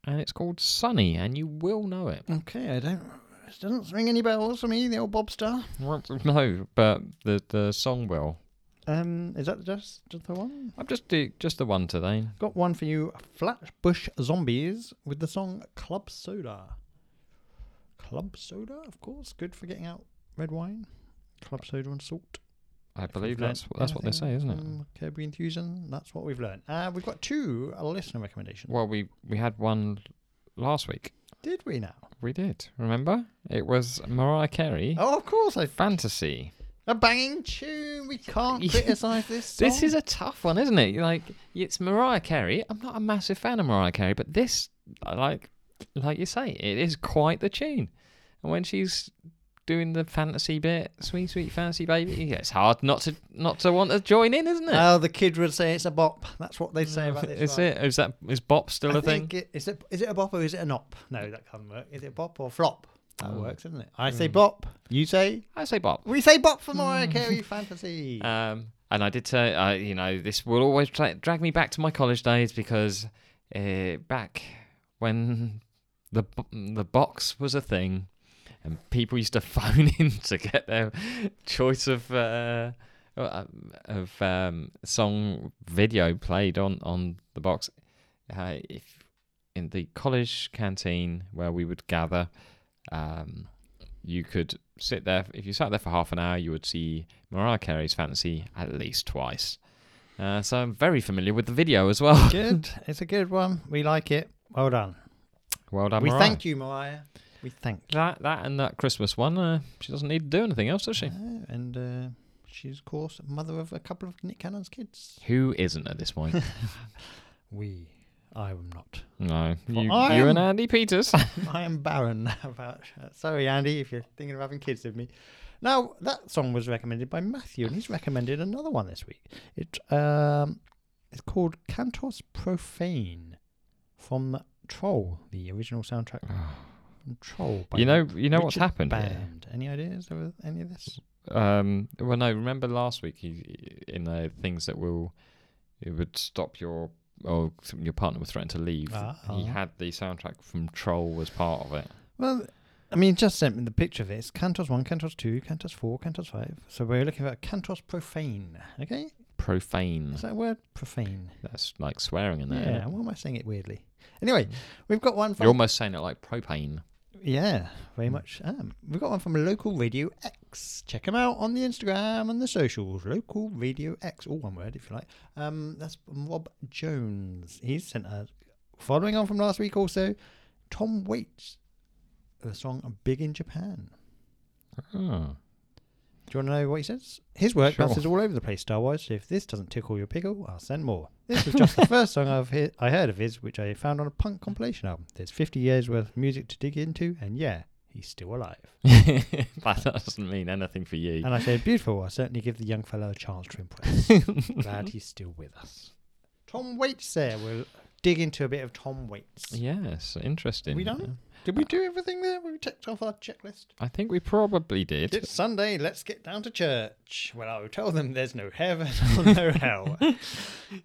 Speaker 2: and it's called Sunny, and you will know it. (laughs)
Speaker 1: Okay, I don't. It doesn't ring any bells for me. The old Bob Star.
Speaker 2: No, but the, the song will.
Speaker 1: Um, is that just, just the one?
Speaker 2: I'm just do just the one today.
Speaker 1: Got one for you. Flatbush Zombies with the song Club Soda. Club Soda, of course, good for getting out red wine. Club soda and salt.
Speaker 2: I
Speaker 1: If we've
Speaker 2: believe
Speaker 1: learnt
Speaker 2: that's that's what they
Speaker 1: anything
Speaker 2: say, isn't it?
Speaker 1: from Curb Your Enthusiasm. That's what we've learned. Uh, we've got two uh, listener recommendations.
Speaker 2: Well, we we had one last week.
Speaker 1: Did we now?
Speaker 2: We did. Remember? It was Mariah Carey.
Speaker 1: Oh, of course. I,
Speaker 2: Fantasy.
Speaker 1: a banging tune. We can't
Speaker 2: (laughs) Yeah.
Speaker 1: criticise this song.
Speaker 2: This is a tough one, isn't it? Like it's Mariah Carey. I'm not a massive fan of Mariah Carey, but this, like, like you say, it is quite the tune. And when she's doing the fantasy bit, sweet sweet fantasy baby, yeah, it's hard not to not to want to join in, isn't it?
Speaker 1: Oh, the kid would say it's a bop. That's what they'd say
Speaker 2: (laughs)
Speaker 1: about this
Speaker 2: is
Speaker 1: one.
Speaker 2: it? Is that is bop still a
Speaker 1: I
Speaker 2: thing?
Speaker 1: think it- is it is it a bop or is it a nop? No, that can't work. Is it bop or flop? That
Speaker 2: Oh.
Speaker 1: works, doesn't it? I say
Speaker 2: Mm.
Speaker 1: bop. You say
Speaker 2: I say bop.
Speaker 1: we say bop for Mariah
Speaker 2: Hmm.
Speaker 1: Carey
Speaker 2: (laughs)
Speaker 1: fantasy.
Speaker 2: Um, and I did say, uh, you know, this will always tra- drag me back to my college days because uh, back when the bo- the box was a thing, and people used to (laughs) phone in to get their choice of uh, uh, of um, song video played on on the box. Uh, if in the college canteen where we would gather, um, you could sit there. If you sat there for half an hour, you would see Mariah Carey's Fantasy at least twice. Uh, so I'm very familiar with the video as well. (laughs)
Speaker 1: good. It's a good one. We like it. Well done.
Speaker 2: Well done,
Speaker 1: we
Speaker 2: Mariah.
Speaker 1: thank you, Mariah. We thank you.
Speaker 2: That that and that Christmas one. Uh, she doesn't need to do anything else,
Speaker 1: (laughs)
Speaker 2: does she?
Speaker 1: Uh, and uh, she's of course mother of a couple of Nick Cannon's kids.
Speaker 2: Who isn't at this
Speaker 1: (laughs)
Speaker 2: point?
Speaker 1: We, I am not.
Speaker 2: no, you,
Speaker 1: Well, I
Speaker 2: you and
Speaker 1: am- (laughs)
Speaker 2: Andy Peters.
Speaker 1: I am barren (laughs) about. Sorry, Andy, if you're thinking of having kids with me. Now that song was recommended by Matthew, and he's recommended another one this week. It um, it's called Cantos Profane from Troll, the original soundtrack from Troll. by
Speaker 2: Ah. you know, you know what's
Speaker 1: Richard
Speaker 2: happened. here?
Speaker 1: Band. Any ideas of any of this?
Speaker 2: Um, well, no. Remember last week he, in the things that will it would stop your or your partner would threaten to leave. He
Speaker 1: Ah.
Speaker 2: had the soundtrack from Troll as part of it.
Speaker 1: Well, I mean, just sent me the picture of it. It's Cantos 1, Cantos 2, Cantos 4, Cantos 5. So we're looking at Cantos Profane, okay?
Speaker 2: Profane.
Speaker 1: Is that a word? Profane.
Speaker 2: That's like swearing in there.
Speaker 1: Yeah, why am I saying it weirdly? Anyway, we've got one from...
Speaker 2: You're almost saying it like propane.
Speaker 1: Yeah, very
Speaker 2: Mm.
Speaker 1: much am. We've got one from Local Radio X. Check them out on the Instagram and the socials. Local Radio X, all one word if you like. Um, that's from Rob Jones. He's sent us, following on from last week also, Tom Waits, the song Big in Japan.
Speaker 2: (laughs) Oh.
Speaker 1: Do you want to know what he says? His work
Speaker 2: Sure.
Speaker 1: bounces all over the place, Star Wars. So if this doesn't tickle your pickle, I'll send more. This was
Speaker 2: (laughs)
Speaker 1: just the first song I've he- I heard of his, which I found on a punk compilation album. There's 50 years worth of music to dig into, and yeah, he's still alive.
Speaker 2: that doesn't mean anything for you.
Speaker 1: And I said, beautiful. I certainly give the young fellow a chance to impress.
Speaker 2: (laughs)
Speaker 1: Glad he's still with us. Tom Waits. There, we'll dig into a bit of Tom Waits.
Speaker 2: Yes, interesting.
Speaker 1: We done? Did we do everything there? We ticked off our checklist.
Speaker 2: I think we probably did.
Speaker 1: It's Sunday. Let's get down to church. Well, I will tell them there's no heaven (laughs) or no hell.
Speaker 2: (laughs)
Speaker 1: (laughs)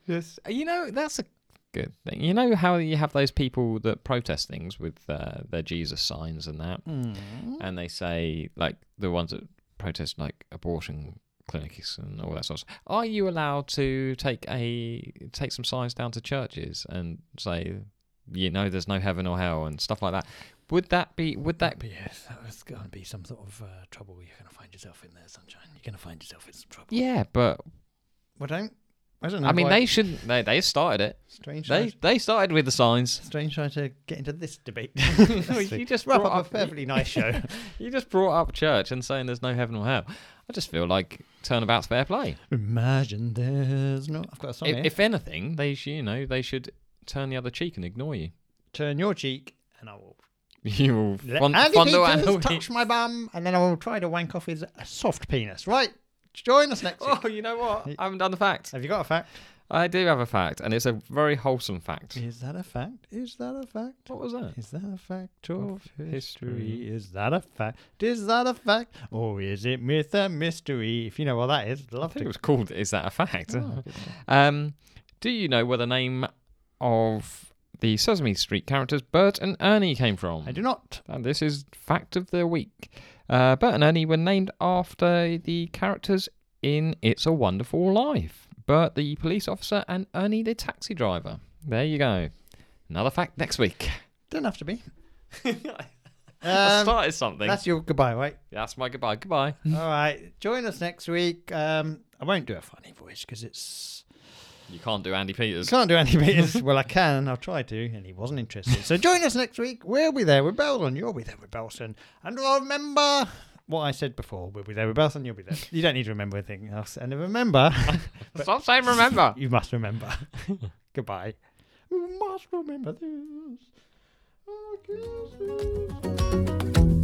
Speaker 2: Yes. You know, that's a good thing. You know how you have those people that protest things with uh, their Jesus signs and that,
Speaker 1: Mm.
Speaker 2: and they say, like, the ones that protest, like, abortion clinics and all that sort of stuff. Are you allowed to take a take some signs down to churches and say, you know, there's no heaven or hell and stuff like that? Would that be, would that
Speaker 1: That be yes, that was going to be some sort of uh, trouble you're going to find yourself in there, sunshine. You're going to find yourself in some trouble.
Speaker 2: Yeah, but
Speaker 1: Well, don't. I don't know.
Speaker 2: I mean,
Speaker 1: why-
Speaker 2: they shouldn't. They they started it.
Speaker 1: strange.
Speaker 2: They
Speaker 1: trying-
Speaker 2: they started with the signs.
Speaker 1: strange trying to get into this debate.
Speaker 2: (laughs)
Speaker 1: (laughs)
Speaker 2: Well, you just
Speaker 1: wrap
Speaker 2: brought
Speaker 1: up a
Speaker 2: up-
Speaker 1: perfectly nice show.
Speaker 2: (laughs) You just brought up church and saying there's no heaven or hell. I just feel like turnabout's fair play.
Speaker 1: Imagine there's no. I've got a song
Speaker 2: If,
Speaker 1: here.
Speaker 2: if anything, they sh- you (laughs) know they should turn the other cheek and ignore you.
Speaker 1: Turn your cheek, and I will
Speaker 2: You will
Speaker 1: Let
Speaker 2: fond-
Speaker 1: Andy
Speaker 2: fondle
Speaker 1: Peters
Speaker 2: Andy-
Speaker 1: touch my bum, and then I will try to wank off his uh, soft penis. Right, join us next
Speaker 2: (laughs)
Speaker 1: week.
Speaker 2: Oh, you know what? I haven't done the fact.
Speaker 1: Have you got a fact?
Speaker 2: I do have a fact, and it's a very wholesome fact.
Speaker 1: Is that a fact? Is that a fact?
Speaker 2: What was that?
Speaker 1: Is that a fact
Speaker 2: Of
Speaker 1: of
Speaker 2: history.
Speaker 1: history? Is that a fact? Is that a fact? Or is it myth and mystery? If you know what that is, I'd
Speaker 2: I
Speaker 1: love
Speaker 2: think it
Speaker 1: to.
Speaker 2: was called Is That a Fact?
Speaker 1: Oh,
Speaker 2: um, do you know where the name of the Sesame Street characters Bert and Ernie came from?
Speaker 1: I do not.
Speaker 2: And this is Fact of the Week. Uh, Bert and Ernie were named after the characters in It's a Wonderful Life Bert, the police officer, and Ernie, the taxi driver. There you go. Another fact next week. (laughs)
Speaker 1: Don't have to be.
Speaker 2: I Hmm.
Speaker 1: Um,
Speaker 2: started something. That's...
Speaker 1: that's your goodbye, right?
Speaker 2: my goodbye. Goodbye.
Speaker 1: All right. Join us next week. Um, I won't do a funny voice because it's.
Speaker 2: You can't do Andy Peters.
Speaker 1: Can't do any meters.
Speaker 2: (laughs)
Speaker 1: well, I can. I'll try to. And he wasn't interested. So join us next week. We'll be there with Belden. You'll be there with Belson. And remember what I said before. We'll be there with Belson. You'll be there. You don't need to remember anything else. And remember,
Speaker 2: Stop saying remember.
Speaker 1: you must remember. (laughs) Goodbye. You must remember this. I guess it's-